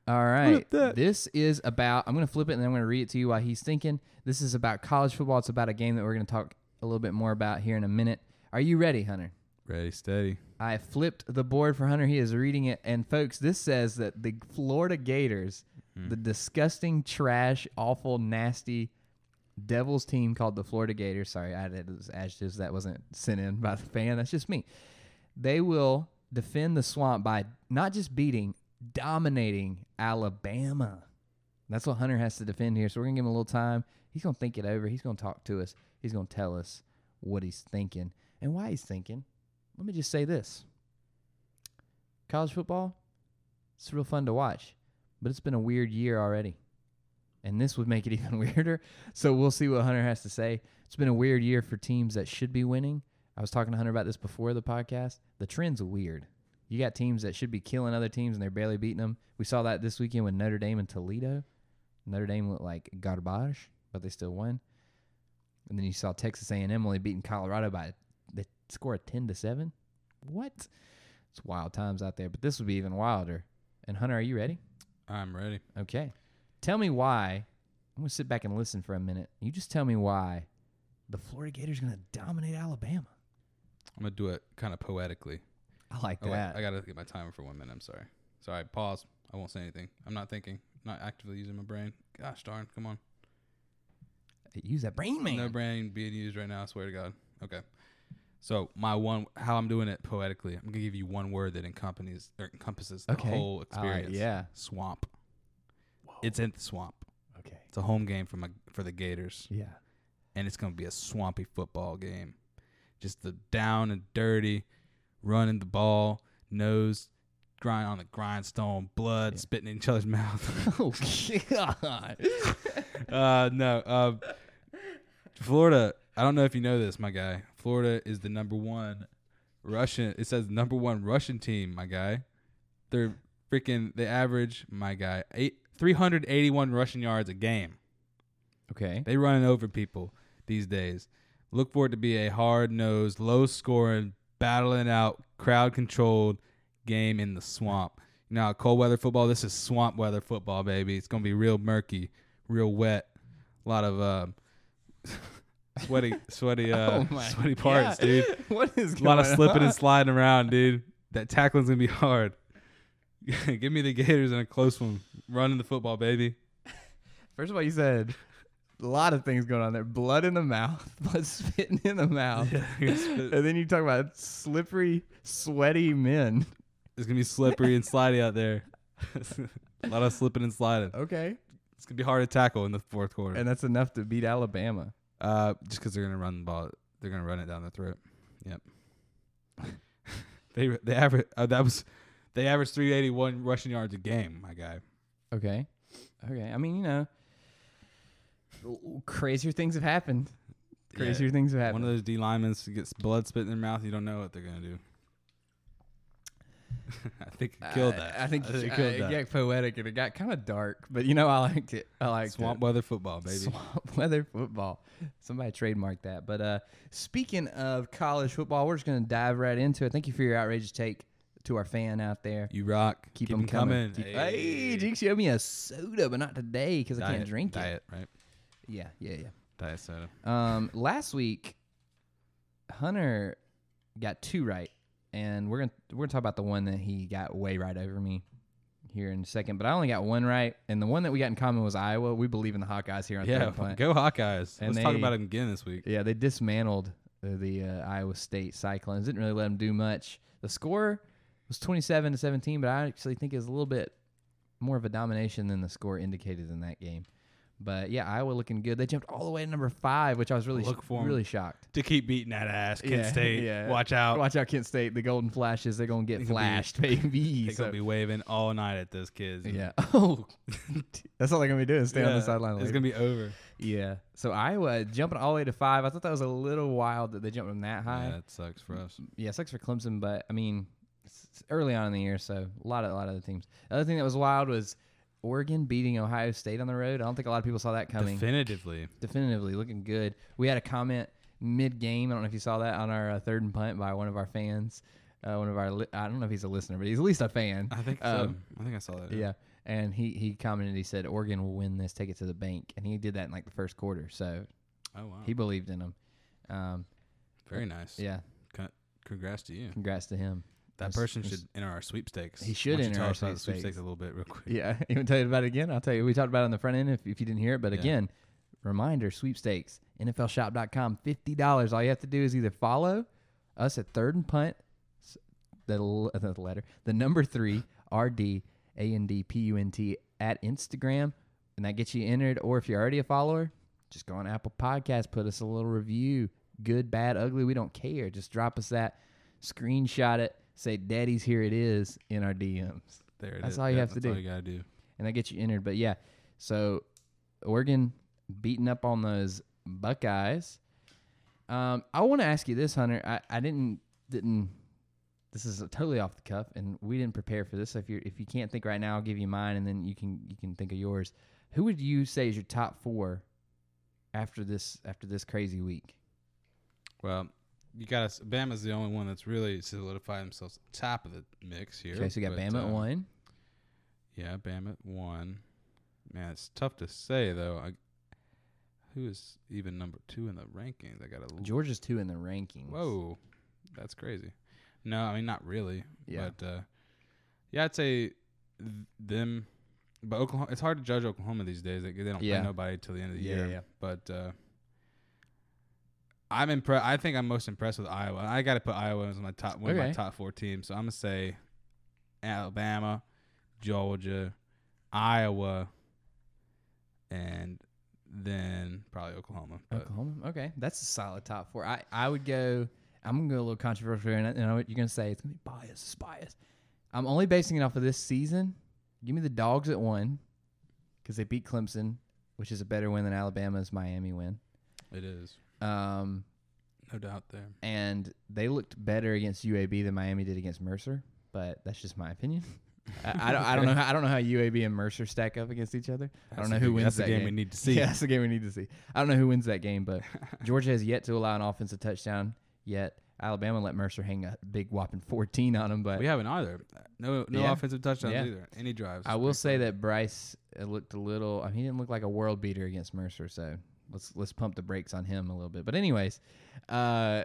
S1: All right.
S2: that?
S1: This is about, I'm going to flip it and then I'm going to read it to you while he's thinking. This is about college football. It's about a game that we're going to talk a little bit more about here in a minute. Are you ready, Hunter?
S2: Ready, steady.
S1: I flipped the board for Hunter. He is reading it. And folks, this says that the Florida Gators, the disgusting, trash, awful, nasty Devils team called the Florida Gators. Sorry, I added those adjectives that wasn't sent in by the fan. That's just me. They will defend the swamp by not just beating, dominating Alabama. That's what Hunter has to defend here. So we're gonna give him a little time. He's gonna think it over. He's gonna talk to us. He's gonna tell us what he's thinking and why he's thinking. Let me just say this: college football, it's real fun to watch, but it's been a weird year already, and this would make it even weirder. So we'll see what Hunter has to say. It's been a weird year for teams that should be winning. I was talking to Hunter about this before the podcast. The trend's weird. You got teams that should be killing other teams and they're barely beating them. We saw that this weekend with Notre Dame and Toledo. Notre Dame looked like garbage, but they still won. And then you saw Texas A&M only beating Colorado by the score of 10 to 7. What? It's wild times out there, but this would be even wilder. And Hunter, are you ready?
S2: I'm ready.
S1: Okay. Tell me why. I'm going to sit back and listen for a minute. You just tell me why the Florida Gators going to dominate Alabama.
S2: I'm gonna do it kind of poetically.
S1: I like
S2: Oh, wait,
S1: that.
S2: I gotta get my timer for one minute. I'm sorry. Sorry. Pause. I won't say anything. I'm not thinking. not actively using my brain. Gosh darn. Come on.
S1: Use that brain, man.
S2: No brain being used right now. I swear to God. Okay. So my one, how I'm doing it poetically, I'm gonna give you one word that encompasses or encompasses the
S1: Okay.
S2: whole
S1: All right,
S2: experience.
S1: yeah.
S2: Swamp. It's in the swamp.
S1: Okay.
S2: It's a home game for my for the Gators,
S1: Yeah.
S2: and it's gonna be a swampy football game. Just the down and dirty, running the ball, nose grind on the grindstone, blood
S1: Yeah.
S2: spitting in each other's mouth.
S1: Oh, God.
S2: uh, no. Um, Florida. I don't know if you know this, my guy. Florida is the number one Russian. It says number one Russian team, my guy. They're freaking. They average, my guy, eight three hundred eighty one Russian yards a game.
S1: okay.
S2: They running over people these days. Look for it to be a hard nosed, low scoring, battling out, crowd controlled game in the swamp. Now, cold weather football, this is swamp weather football, baby. It's going to be real murky, real wet. A lot of um, sweaty, sweaty, uh,
S1: Oh my
S2: sweaty parts,
S1: God.
S2: dude.
S1: What is
S2: A lot of
S1: going
S2: slipping
S1: on?
S2: and sliding around, dude. That tackling's going to be hard. Give me the Gators in a close one. Running the football, baby.
S1: First of all, you said a lot of things going on there. Blood in the mouth, blood spitting in the mouth. And then you talk about slippery, sweaty men.
S2: It's gonna be slippery and slidey out there. a lot of slipping and sliding.
S1: Okay.
S2: It's gonna be hard to tackle in the fourth quarter.
S1: And that's enough to beat Alabama.
S2: uh, just because they're gonna run the ball, they're gonna run it down the throat. Yep. they they average uh, that was they average 381 rushing yards a game. My guy.
S1: Okay. Okay. I mean, you know, crazier things have happened. Crazier things have
S2: One
S1: happened.
S2: of those D linemen gets blood spit in their mouth. You don't know what they're gonna do. I think you killed
S1: Uh,
S2: that.
S1: I think,
S2: you
S1: uh,
S2: killed
S1: it
S2: that.
S1: got poetic and it got kind of dark, but you know, I liked it. I liked
S2: Swamp
S1: it.
S2: weather football, baby.
S1: Swamp weather football. Somebody trademarked that. But uh, speaking of college football, we're just going to dive right into it. Thank you for your outrageous take to our fan out there.
S2: You rock.
S1: Keep, them coming. Keep-
S2: Hey.
S1: hey. Jinx, you owe me a soda, but not today because I can't
S2: Diet-
S1: drink it.
S2: Diet, right?
S1: Yeah, yeah, yeah.
S2: Diet soda.
S1: Um, last week, Hunter got two right, and we're gonna we're gonna talk about the one that he got way right over me here in a second. But I only got one right, and the one that we got in common was Iowa. We believe in the Hawkeyes here on
S2: Yeah,
S1: Third Punt.
S2: go Hawkeyes.
S1: And
S2: Let's talk
S1: they-
S2: about him again this week.
S1: Yeah, they dismantled uh, the uh, Iowa State Cyclones. Didn't really let them do much. The score was 27 to 17, but I actually think it was a little bit more of a domination than the score indicated in that game. But yeah, Iowa looking good. They jumped all the way to number five, which I was really
S2: Look for 'em.
S1: really shocked.
S2: to keep beating that ass. Kent
S1: Yeah,
S2: State,
S1: yeah.
S2: watch out.
S1: Watch out, Kent State. The Golden Flashes. They're gonna get
S2: Oh. They could be-
S1: flashed, baby.
S2: They're
S1: So-
S2: gonna be waving all night at those kids.
S1: yeah. Oh, that's all they're gonna be doing. Stay on
S2: Yeah,
S1: the sideline.
S2: It's
S1: later.
S2: gonna be over.
S1: yeah. So Iowa jumping all the way to five. I thought that was a little wild that they jumped from that high.
S2: Yeah,
S1: Yeah,
S2: that sucks for us.
S1: sucks for Clemson, but I mean, it's it's early on in the year, so a lot of a lot of the teams. The other thing that was wild was Oregon beating Ohio State on the road. I don't think a lot of people saw that coming.
S2: Definitively,
S1: definitively looking good. We had a comment mid game. I don't know if you saw that on our uh, third and punt by one of our fans. Uh, one of our li- I don't know if he's a listener, but he's at least a fan.
S2: I think so.
S1: Um,
S2: I think I saw that.
S1: Yeah, and he he commented. He said Oregon will win this. Take it to the bank, and he did that in like the first quarter. So
S2: Oh wow.
S1: he believed in him. Um,
S2: Very nice.
S1: yeah,
S2: Congrats to you.
S1: congrats to him.
S2: That
S1: That's-
S2: person
S1: that's-
S2: should enter our sweepstakes.
S1: He should
S2: Why don't you
S1: enter
S2: tell
S1: our
S2: us about the
S1: sweepstakes.
S2: sweepstakes a little bit real quick.
S1: Yeah, you want to tell you about it again? I'll tell you. We talked about it on the front end if, if you didn't hear it. But
S2: Yeah.
S1: again, reminder sweepstakes, NFLshop.com, $50. All you have to do is either follow us at third and punt, s- the, l- the letter, the number three, R D A N D P U N T at Instagram, and that gets you entered. Or if you're already a follower, just go on Apple Podcasts, put us a little review. Good, bad, ugly, we don't care. Just drop us that, screenshot it, say, Daddy's here it is in our DMs
S2: There it is.
S1: That's all you
S2: Yeah,
S1: have to
S2: That's all
S1: do.
S2: you gotta do.
S1: and that gets you entered. But yeah, so Oregon beating up on those Buckeyes. Um, I want to ask you this, Hunter. I, I didn't didn't. This is totally off the cuff, and we didn't prepare for this. So if you if you can't think right now, I'll give you mine, and then you can you can think of yours. Who would you say is your top four after this after this crazy week?
S2: Well, you got us. Bama's the only one that's really solidified themselves top of the mix here.
S1: Okay, so you got
S2: but,
S1: Bama at
S2: uh,
S1: one.
S2: Yeah, Bama at one. Man, it's tough to say though. I, who is even number two in the rankings? I got to
S1: Georgia's two in the rankings.
S2: Whoa, that's crazy. No, I mean not really.
S1: Yeah.
S2: But uh, yeah, I'd say th- them. But Oklahoma, it's hard to judge Oklahoma these days. They, they don't
S1: Yeah.
S2: play nobody till the end of the
S1: Yeah,
S2: year.
S1: yeah.
S2: But uh, I'm impressed. I think I'm most impressed with Iowa. I got to put Iowa as my top one of my
S1: Okay.
S2: top four teams. So I'm gonna say Alabama, Georgia, Iowa, and then probably Oklahoma. But
S1: Oklahoma. Okay, that's a solid top four. I, I would go. I'm gonna go a little controversial, here, and, I, and I, you're gonna say it's gonna be biased. It's biased. I'm only basing it off of this season. Give me the dogs at one, because they beat Clemson, which is a better win than Alabama's Miami win.
S2: it is
S1: Um,
S2: no doubt there.
S1: and they looked better against UAB than Miami did against Mercer. But that's just my opinion. I, I don't. I don't know. How, I don't know how UAB and Mercer stack up against each other. I don't
S2: That's
S1: know
S2: the
S1: who
S2: big-
S1: wins
S2: that's the
S1: that
S2: game,
S1: game.
S2: we need to see.
S1: Yeah, that's the game we need to see. I don't know who wins that game, but Georgia has yet to allow an offensive touchdown yet. Alabama let Mercer hang a big whopping 14 on them, but
S2: We haven't either. No, no
S1: Yeah.
S2: offensive touchdowns
S1: Yeah.
S2: either. Any drives.
S1: I will say that Bryce uh, looked a little. I mean, he didn't look like a world beater against Mercer, so let's let's pump the brakes on him a little bit. But anyways, uh,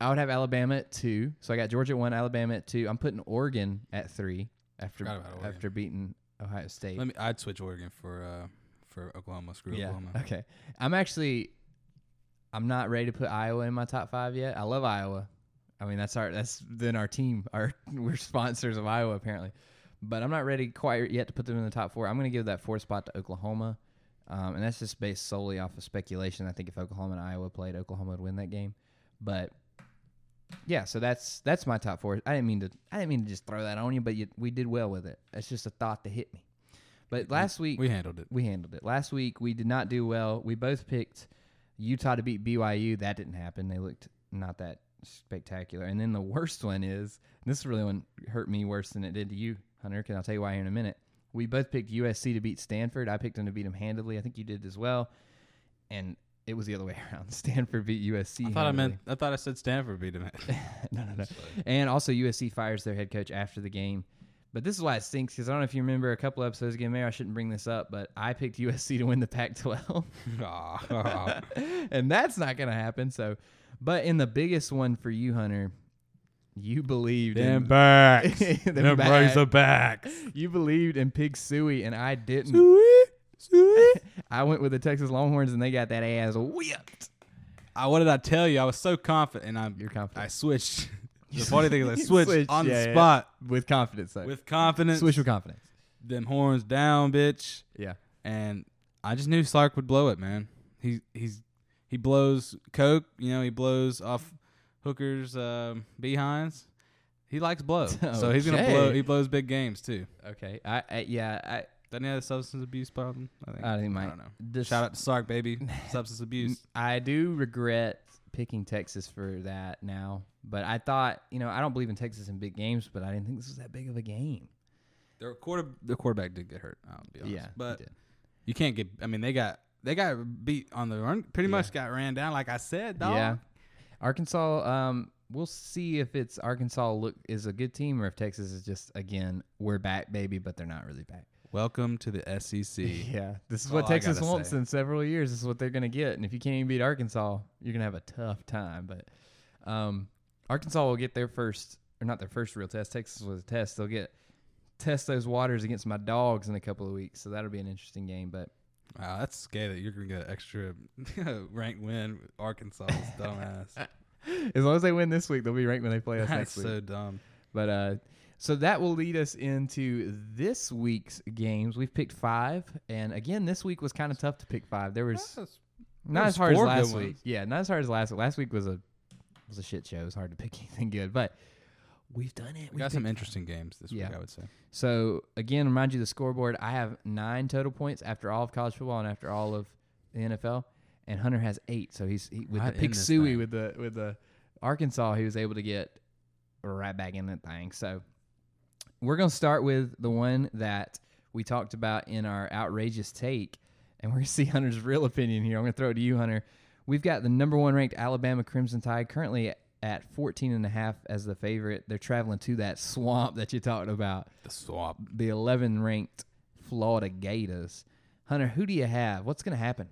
S1: I would have Alabama at two, so I got Georgia at one, Alabama at two. I'm putting Oregon at three after
S2: Forgot about Oregon.
S1: after beating Ohio State.
S2: Let me. I'd switch Oregon for uh for Oklahoma. Screw Oklahoma.
S1: Okay. I'm actually I'm not ready to put Iowa in my top five yet. I love Iowa. I mean that's our that's then our team. Our we're sponsors of Iowa apparently. But I'm not ready quite yet to put them in the top four. I'm gonna give that fourth spot to Oklahoma. Um, and that's just based solely off of speculation. I think if Oklahoma and Iowa played, Oklahoma would win that game. But yeah, so that's that's my top four. I didn't mean to I didn't mean to just throw that on you, but you, we did well with it. That's just a thought that hit me. But last week
S2: We handled it.
S1: we handled it. Last week we did not do well. We both picked Utah to beat BYU. That didn't happen. They looked not that spectacular. And then the worst one is and this really one hurt me worse than it did to you, Hunter. Because I'll tell you why here in a minute. We both picked USC to beat Stanford. I picked them to beat them handedly. I think you did as well. And it was the other way around. Stanford beat USC.
S2: I thought I
S1: handily.
S2: meant. I thought I said Stanford beat him.
S1: no, no, no. And also, USC fires their head coach after the game. But this is why it stinks because I don't know if you remember a couple episodes ago, maybe I shouldn't bring this up, but I picked USC to win the Pac 12.
S2: Aw.
S1: and that's not going to happen. So, but in the biggest one for you, Hunter, you believed
S2: Them
S1: in.
S2: backs.
S1: Them
S2: Them
S1: back.
S2: Razorbacks.
S1: You believed in Pig Suey, and I didn't. I went with the Texas Longhorns, and they got that ass whipped.
S2: I, what did I tell you? I was so confident, and I
S1: You're
S2: I
S1: confident.
S2: switched. the funny thing is, I
S1: You
S2: switched,
S1: switched,
S2: on
S1: yeah,
S2: the
S1: yeah.
S2: spot
S1: with confidence, though.
S2: with confidence.
S1: Swish with confidence.
S2: them horns down, bitch.
S1: Yeah.
S2: And I just knew Slark would blow it, man. He he's he blows coke, you know, he blows off hookers um, behinds. He likes blow, so he's gonna blow.
S1: Okay.
S2: He blows big games too.
S1: Okay. I, I yeah. I
S2: Doesn't he have a substance abuse problem? I think.
S1: I think he might.
S2: I don't know.
S1: this,
S2: Shout out to Sark, baby. substance abuse.
S1: I do regret picking Texas for that now, but I thought you know I don't believe in Texas in big games, but I didn't think this was that big of a game.
S2: Their quarter, the quarterback did get hurt. I'll be honest.
S1: yeah.
S2: but
S1: he did.
S2: you can't get. I mean, they got they got beat on the run. Pretty
S1: Yeah.
S2: much got ran down. Like I said, dog.
S1: Yeah. Arkansas. Um, we'll see if it's Arkansas look is a good team or if Texas is just again we're back, baby, but they're not really back.
S2: Welcome to the E SEC.
S1: Yeah, this is
S2: That's
S1: what
S2: all I
S1: Texas
S2: gotta
S1: wants
S2: say.
S1: in several years. This is what they're gonna get, and if you can't even beat Arkansas, you're gonna have a tough time. But um, Arkansas will get their first, or not their first real test. Texas was a test. They'll get test those waters against my dogs in a couple of weeks, so that'll be an interesting game. But
S2: Wow, that's scary that you're gonna get an extra ranked win. with Arkansas, dumbass.
S1: as long as they win this week, they'll be ranked when they play us next
S2: that's
S1: week.
S2: so dumb.
S1: But uh, so that will lead us into this week's games. We've picked five, and again, this week was kind of tough to pick five. There was not
S2: was
S1: as hard as
S2: four good
S1: last week.
S2: ones.
S1: Yeah, not as hard as last week. Last week was a was a shit show. It was hard to pick anything good, but we've done it.
S2: We got
S1: picked
S2: some
S1: five.
S2: interesting games this
S1: Yeah.
S2: week, I would say.
S1: So again, remind you the scoreboard. I have nine total points after all of college football and after all of the NFL, and Hunter has eight. So he's he, with
S2: Right
S1: the
S2: in
S1: pick
S2: this
S1: suey
S2: thing.
S1: with the with the Arkansas. He was able to get right back in that thing. So we're gonna start with the one that we talked about in our outrageous take, and we're gonna see Hunter's real opinion here. I'm gonna throw it to you, Hunter. We've got the number one ranked Alabama Crimson Tide currently at 14 and a half as the favorite. They're traveling to that swamp that you talked about
S2: The swap.
S1: the 11 ranked Florida Gators. Hunter, who do you have? What's going to happen?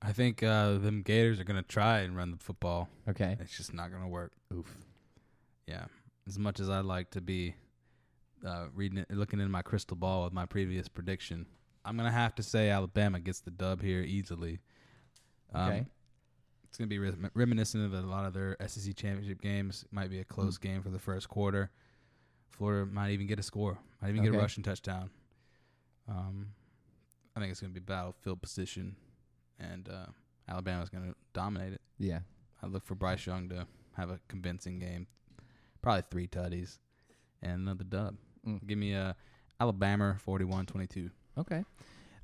S2: I think uh, them Gators are gonna try and run the football.
S1: Okay.
S2: It's just not gonna work.
S1: Oof.
S2: Yeah. As much as I'd like to be uh, reading it, looking in my crystal ball with my previous prediction, I'm gonna have to say Alabama gets the dub here easily. Um,
S1: Okay.
S2: It's gonna be rem- reminiscent of a lot of their SEC championship games. Might be a close
S1: Mm.
S2: game for the first quarter. Florida might even get a score. Might even get
S1: Okay.
S2: a rushing touchdown. Um, I think it's gonna be battlefield position, and uh, Alabama's gonna dominate it.
S1: Yeah.
S2: I look for Bryce Young to have a convincing game, probably three tutties and another dub.
S1: Mm.
S2: Give me a Alabama 41-22.
S1: Okay.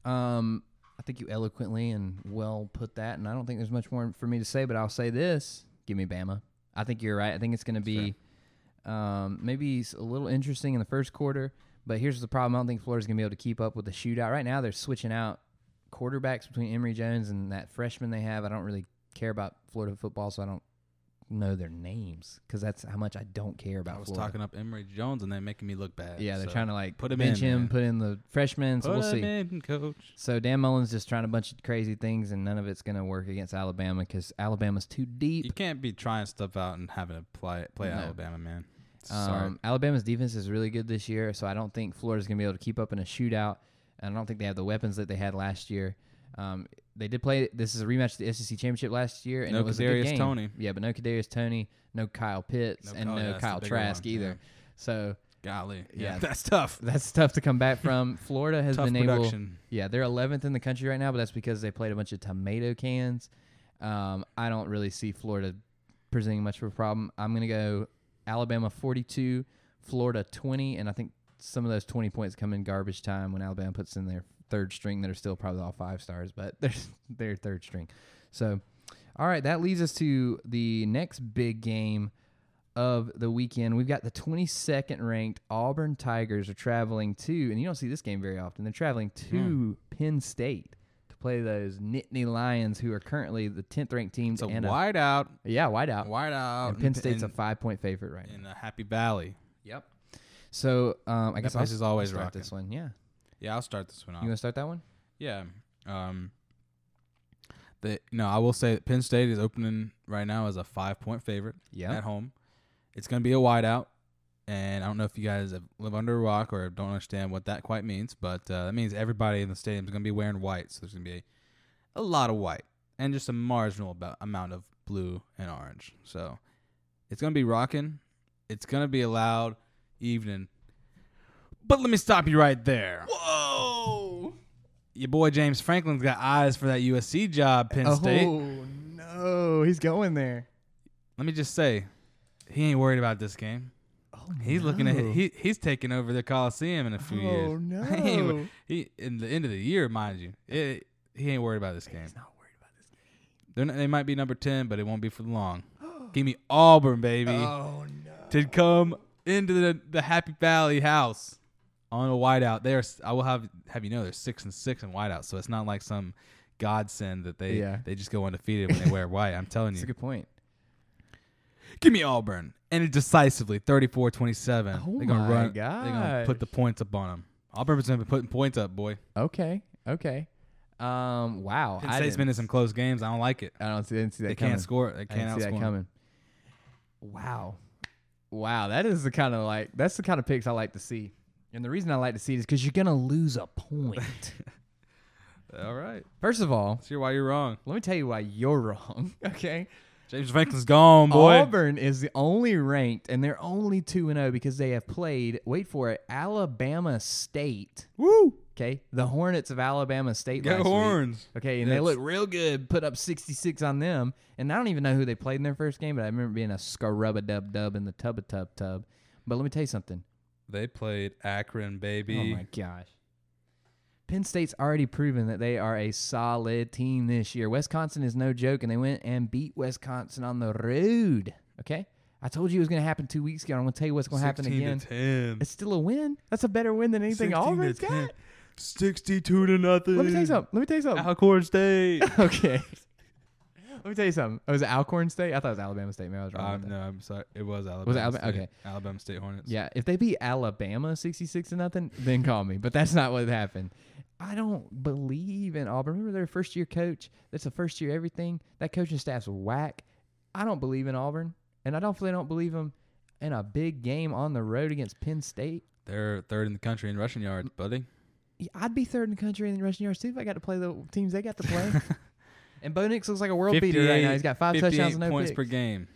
S1: Um, I think you eloquently and well put that, and I don't think there's much more for me to say, but I'll say this: Give me Bama. I think you're right. I think it's going to be um, maybe s- a little interesting in the first quarter, but here's the problem: I don't think Florida's going to be able to keep up with the shootout. Right now, they're switching out quarterbacks between Emory Jones and that freshman they have. I don't really care about Florida football, so I don't know their names because that's how much I don't care about.
S2: I was
S1: Florida.
S2: talking up Emory Jones and they're making me look bad.
S1: Yeah, they're
S2: so
S1: trying to like
S2: put 'em
S1: bench
S2: in,
S1: him,
S2: man.
S1: put in the freshmen. So
S2: put
S1: we'll see.
S2: him in, coach.
S1: So Dan Mullen's just trying a bunch of crazy things, and none of it's going to work against Alabama because Alabama's too
S2: You
S1: deep.
S2: can't be trying stuff out and having to play play
S1: No.
S2: Alabama, man. Sorry.
S1: Um, Alabama's defense is really good this year, so I don't think Florida's going to be able to keep up in a shootout. And I don't think they have the weapons that they had last year. Um, they did play. This is a rematch of the SEC championship last year, and
S2: No
S1: it was a
S2: Kadarius
S1: good game.
S2: Toney.
S1: Yeah, but no Kadarius Tony, no Kyle Pitts, and
S2: oh, yeah,
S1: no
S2: that's the
S1: Kyle
S2: bigger
S1: Trask
S2: one,
S1: either.
S2: yeah.
S1: So
S2: Golly.
S1: Yeah.
S2: that's tough.
S1: that's tough to come back from. Florida has
S2: tough
S1: been able.
S2: production.
S1: Yeah, they're 11th in the country right now, but that's because they played a bunch of tomato cans. Um, I don't really see Florida presenting much of a problem. I'm going to go Alabama 42, Florida 20, and I think some of those 20 points come in garbage time when Alabama puts in their third string that are still probably all five stars, but they're, they're third string. So, all right, that leads us to the next big game of the weekend. We've got the 22nd ranked Auburn Tigers are traveling to, and you don't see this game very often. They're traveling to
S2: Hmm.
S1: Penn State to play those Nittany Lions, who are currently the 10th ranked team.
S2: It's a
S1: and a-
S2: wide out.
S1: yeah, whiteout.
S2: Wide out.
S1: And Penn State's
S2: in,
S1: a five point favorite right now.
S2: in a Happy Valley.
S1: Yep. So um, I
S2: That
S1: guess
S2: place
S1: I'll
S2: is always
S1: start
S2: rocking.
S1: this one. Yeah,
S2: Yeah, I'll start this one off.
S1: you want to start that one?
S2: Yeah. Um the no, I will say that Penn State is opening right now as a five point favorite
S1: Yeah.
S2: at home. It's gonna be a wideout. And I don't know if you guys have- live under a rock or don't understand what that quite means, but uh, that means everybody in the stadium is going to be wearing white. So there's going to be a, a lot of white and just a marginal about, amount of blue and orange. So it's going to be rocking. It's going to be a loud evening. But let me stop you right there.
S3: Whoa!
S2: Your boy James Franklin's got eyes for that USC job, Penn State.
S3: Oh no, he's going there.
S2: Let me just say, he ain't worried about this game.
S3: Oh,
S2: He's looking at he he's taking over the Coliseum in a few years.
S3: Oh, no.
S2: He ain't wor- he in the end of the year, mind you. It, he ain't worried about this game.
S3: not worried about this
S2: They're not, they might be number ten, but it won't be for long. Give me Auburn, baby,
S3: Oh no.
S2: to come into the, the Happy Valley house on a whiteout. They are. s- I will have have you know they're six and six in whiteout, so it's not like some godsend that they
S1: Yeah.
S2: they just go undefeated when they wear white. I'm telling
S1: That's a
S2: you.
S1: good point.
S2: Give me Auburn and it decisively 34-27.
S1: Oh
S2: they're gonna
S1: my
S2: run. They're gonna put
S1: gosh.
S2: the points up on them. Auburn's gonna be putting points up, boy.
S1: Okay. Okay. Um. Wow.
S2: Penn
S1: I
S2: State's
S1: didn't-
S2: been in some close games. I don't like it.
S1: I don't see, didn't see that
S2: They
S1: coming.
S2: can't score. They
S1: I didn't
S2: can't
S1: see that
S2: outscore. 'em.
S1: coming. Wow. Wow. That is the kind of like that's the kind of picks I like to see. And the reason I like to see it is because you're gonna lose a point.
S2: All right.
S1: First of all,
S2: See why you're wrong.
S1: let me tell you why you're wrong. Okay.
S2: James Franklin's gone, boy.
S1: Auburn is the only ranked, and they're only two and zero because they have played. Wait for it, Alabama State.
S2: Woo!
S1: Okay, the Hornets of Alabama State.
S2: Go
S1: last week.
S2: horns.
S1: Okay, and they
S2: Yes.
S1: look real good. Put up 66 on them, and I don't even know who they played in their first game, but I remember being a scarub a dub dub in the tub a tub tub. But let me tell you something.
S2: They played Akron,
S1: Oh
S2: baby.
S1: my gosh. Penn State's already proven that they are a solid team this year. Wisconsin is no joke, and they went and beat Wisconsin on the road. Okay, I told you it was going to happen two weeks ago. I'm going to tell you what's going to happen
S2: 16
S1: again.
S2: To 10.
S1: It's still a win. That's a better win than anything
S2: 16 to
S1: Auburn's
S2: 10.
S1: got.
S2: 62 to nothing.
S1: Let me tell you something. Oh. Let me tell you something.
S2: Alcorn State.
S1: okay. Let me tell you something. Oh, was it Alcorn State? I thought it was Alabama State. Man, I was wrong.
S2: um,
S1: about that.
S2: no, I'm sorry. It was Alabama.
S1: Alabama?
S2: State.
S1: Okay.
S2: Alabama State Hornets.
S1: Yeah, if they beat Alabama sixty-six to nothing, then call me. But that's not what happened. I don't believe in Auburn. Remember their first-year coach? That's a first-year everything. That coaching staff's whack. I don't believe in Auburn, and I definitely don't believe them in a big game on the road against Penn State.
S2: They're third in the country in rushing yards, buddy.
S1: Yeah, I'd be third in the country in the rushing yards too if I got to play the teams they got to play. and Bo Nix looks like a world beater right now. He's got five
S2: 58
S1: touchdowns and no
S2: points
S1: picks.
S2: per game.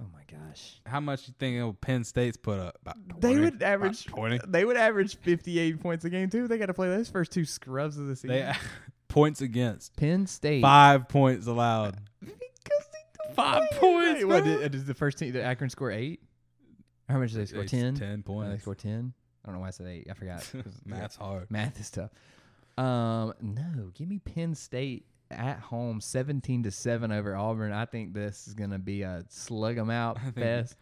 S1: Oh my gosh.
S2: How much you think oh, Penn State's put up? About 20,
S1: They would
S2: About
S1: average
S2: 20.
S1: They would average 58 points a game too. They got to play those first two scrubs of the season.
S2: They points against.
S1: Penn State
S2: Five points allowed.
S1: because they
S2: Five
S1: deflated.
S2: points,
S1: Wait, What
S2: bro.
S1: did, uh, did the first team? Did Akron score eight? How much did they score?
S2: It's
S1: Ten.
S2: Ten
S1: Oh, They
S2: points.
S1: scored ten. I don't know why I said eight. I forgot. 'cause
S2: Math's hard.
S1: Math is tough. Um, no, give me Penn State at home, 17 to seven over Auburn. I think this is gonna be a slug 'em out
S2: think
S1: fest.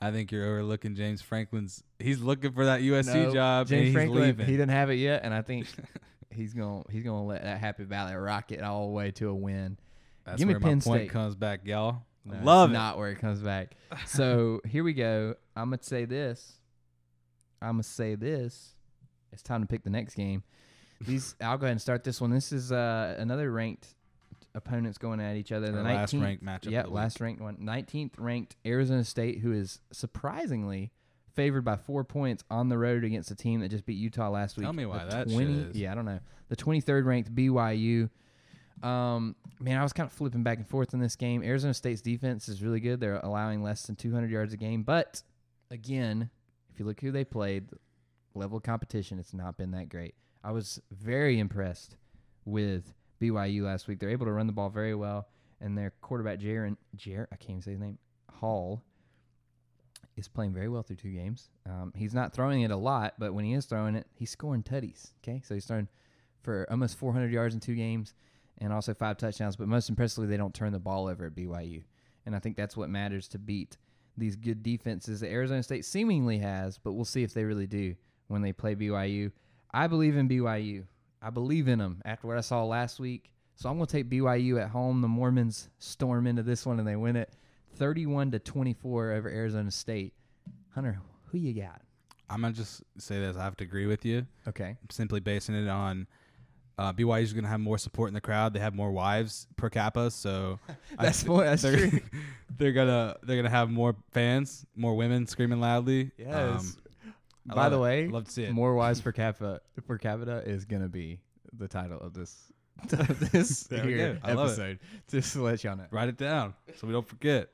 S2: I think you're overlooking James Franklin's. He's looking for that USC
S1: No,
S2: job. and
S1: James
S2: he's
S1: Franklin,
S2: leaving.
S1: he didn't have it yet, and I think he's gonna he's gonna let that Happy Valley rocket all the way to a win.
S2: That's
S1: give me
S2: where
S1: Penn
S2: my point
S1: State.
S2: comes back, y'all.
S1: No,
S2: Love
S1: it's
S2: it.
S1: Not where it comes back. So here we go. I'm gonna say this. I'm gonna say this. It's time to pick the next game. These I'll go ahead and start this one. This is uh, another ranked opponents going at each other. The
S2: Our
S1: 19th,
S2: last ranked matchup.
S1: yeah,
S2: of the week.
S1: last ranked one. 19th ranked Arizona State, who is surprisingly favored by four points on the road against a team that just beat Utah last week.
S2: Tell me
S1: The
S2: why that shit is.
S1: Yeah, I don't know. The 23rd ranked BYU. Um, man, I was kind of flipping back and forth in this game. Arizona State's defense is really good. They're allowing less than 200 yards a game, but again, if you look who they played, the level of competition, it's not been that great. I was very impressed with BYU last week. They're able to run the ball very well, and their quarterback Jaron Jer I can't even say his name Hall is playing very well through two games. Um, he's not throwing it a lot, but when he is throwing it, he's scoring tutties. Okay, so he's throwing for almost 400 yards in two games, and also five touchdowns. But most impressively, they don't turn the ball over at BYU, and I think that's what matters to beat these good defenses that Arizona State seemingly has. But we'll see if they really do when they play BYU. I believe in BYU. I believe in them after what I saw last week. So I'm going to take BYU at home. The Mormons storm into this one and they win it 31 to 24 over Arizona State. Hunter, who you got?
S2: I'm gonna just say this. I have to agree with you.
S1: Okay.
S2: simply basing it on uh, BYU's going to have more support in the crowd. They have more wives per capita, so I
S1: That's
S2: th-
S1: more- that's
S2: they're,
S1: true.
S2: they're gonna they're gonna have more fans, more women screaming loudly. Um,
S1: Yes.
S2: I
S1: By
S2: love
S1: the
S2: it.
S1: way,
S2: love to see it.
S1: more wise per capita per capita is going to be the title of this of this
S2: There we
S1: here
S2: go. I love it.
S1: episode. Just to let y'all know.
S2: Write it down so we don't forget.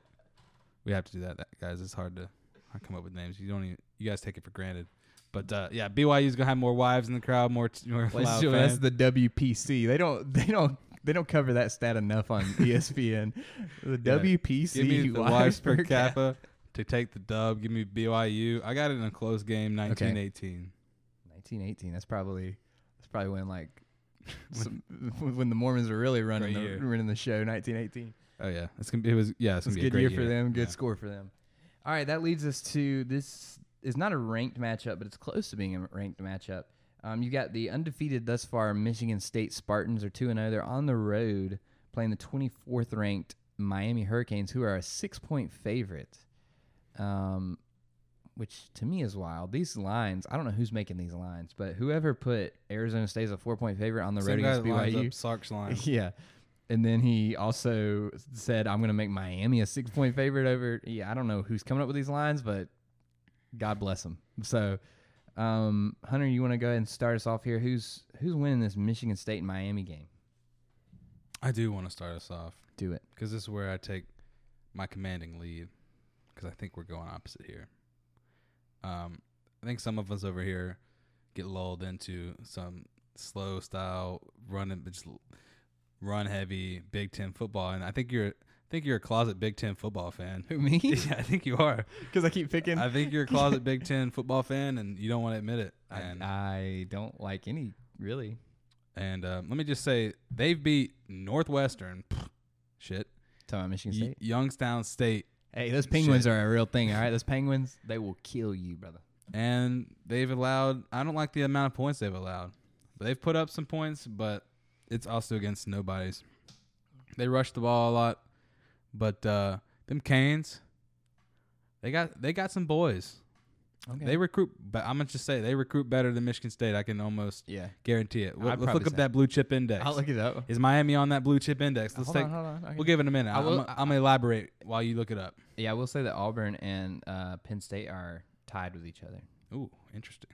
S2: We have to do that, that guys. It's hard to I come up with names. You don't even you guys take it for granted. But uh, yeah, BYU's gonna have more wives in the crowd, more t- more loud
S3: So that's
S2: fans.
S3: the WPC. They don't. They don't. They don't cover that stat enough on E ESPN. The WPC
S2: Give me the
S3: wives
S2: wives per
S3: per cap.
S2: capita to take the dub. Give me BYU. I got it in a close game, 1918.
S3: 1918. That's probably. That's probably when like. Some, when the Mormons were really running
S2: Great
S3: the,
S2: year.
S3: running the show, 1918.
S2: Oh yeah, it's gonna be, it was yeah, it's
S3: It's
S2: gonna
S3: a
S2: be a
S3: good year
S2: great
S3: for them. Good
S2: Yeah.
S3: score for them.
S1: All right, that leads us to this is not a ranked matchup, but it's close to being a ranked matchup. Um, you got the undefeated thus far Michigan State Spartans are two and zero. They're on the road playing the twenty fourth ranked Miami Hurricanes, who are a six point favorite. Um, which to me is wild. These lines, I don't know who's making these lines, but whoever put Arizona State as a four point favorite on the road
S2: Same guy
S1: against
S2: that lines
S1: BYU,
S2: up Sark's line.
S1: yeah. And then he also said, I'm going to make Miami a six point favorite over. Yeah, I don't know who's coming up with these lines, but God bless him. So, um, Hunter, you want to go ahead and start us off here? Who's who's winning this Michigan State and Miami game?
S2: I do want to start us off
S1: Do it.
S2: because this is where I take my commanding lead because I think we're going opposite here. Um, I think some of us over here get lulled into some slow style running, but just l- run heavy Big Ten football, and I think you're I think you're a closet Big Ten football fan.
S1: Who, me?
S2: yeah, I think you are.
S3: Because I keep picking.
S2: I think you're a closet Big Ten football fan, and you don't want to admit it.
S1: I,
S2: And
S1: I don't like any, really.
S2: and um, let me just say they've beat Northwestern, shit,
S1: Talking about Michigan
S2: Y-
S1: State.
S2: Youngstown State,
S1: Hey, those penguins are a real thing, all right? Those penguins, they will kill you, brother.
S2: and they've allowed. I don't like the amount of points they've allowed. But they've put up some points, but it's also against nobodies. They rush the ball a lot, but uh, them Canes, they got they got some boys.
S1: Okay.
S2: They recruit, but I'm gonna just say they recruit better than Michigan State. I can almost
S1: yeah.
S2: guarantee it. We'll,
S1: I'd
S2: let's
S1: probably
S2: look up
S1: say-
S2: that blue chip index.
S3: I'll look it up.
S2: Is Miami on that blue chip index? Let's
S1: Hold
S2: take.
S1: on, hold on. Okay.
S2: We'll give it a minute.
S1: I
S2: I'm,
S1: will-
S2: I'm gonna elaborate while you look it up.
S1: Yeah, I will say that Auburn and uh, Penn State are tied with each other.
S2: Ooh, interesting.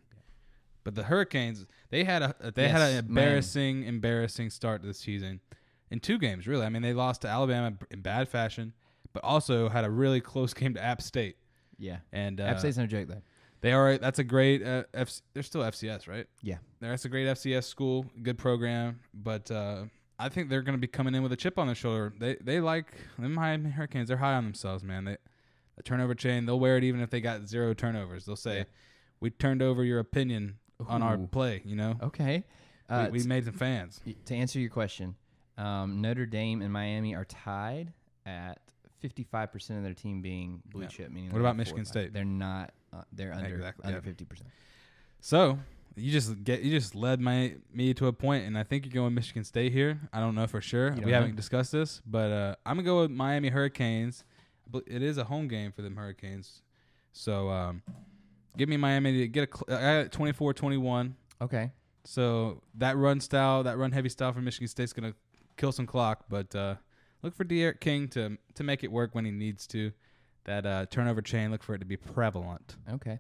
S2: But the Hurricanes, they had a they had
S1: Yes,
S2: an
S1: Miami.
S2: embarrassing, embarrassing start to the season in two games. Really, I mean, they lost to Alabama in bad fashion, but also had a really close game to App State.
S1: Yeah.
S2: And uh,
S1: App State's no joke though.
S2: they are that's a great. Uh, F- they're still FCS, right?
S1: Yeah.
S2: That's a great FCS school, good program, but uh, I think they're going to be coming in with a chip on their shoulder. They they like them Miami Hurricanes. They're high on themselves, man. They the turnover chain. They'll wear it even if they got zero turnovers. They'll say,
S1: Yeah.
S2: "We turned over your opinion on our
S1: Ooh. Oh,
S2: play." You know,
S1: Okay. Uh,
S2: we, we
S1: t-
S2: made some fans.
S1: y- to answer your question, um, Notre Dame and Miami are tied at 55% of their team being blue
S2: Yeah.
S1: chip. Meaning
S2: What
S1: they're
S2: about
S1: not
S2: Michigan
S1: qualified.
S2: State?
S1: They're not. Uh, they're under
S2: Exactly,
S1: under
S2: yeah.
S1: 50%.
S2: So you just get you just led my me to a point, and I think you're going Michigan State here. I don't know for sure.
S1: don't
S2: We haven't
S1: know?
S2: discussed this, but uh, I'm gonna go with Miami Hurricanes. But it is a home game for them Hurricanes, so um, give me Miami to get a cl- I got it 24-21.
S1: Okay.
S2: So that run style, that run heavy style for Michigan State's gonna kill some clock, but uh, look for Derek King to to make it work when he needs to. That uh, turnover chain, look for it to be prevalent
S1: Okay.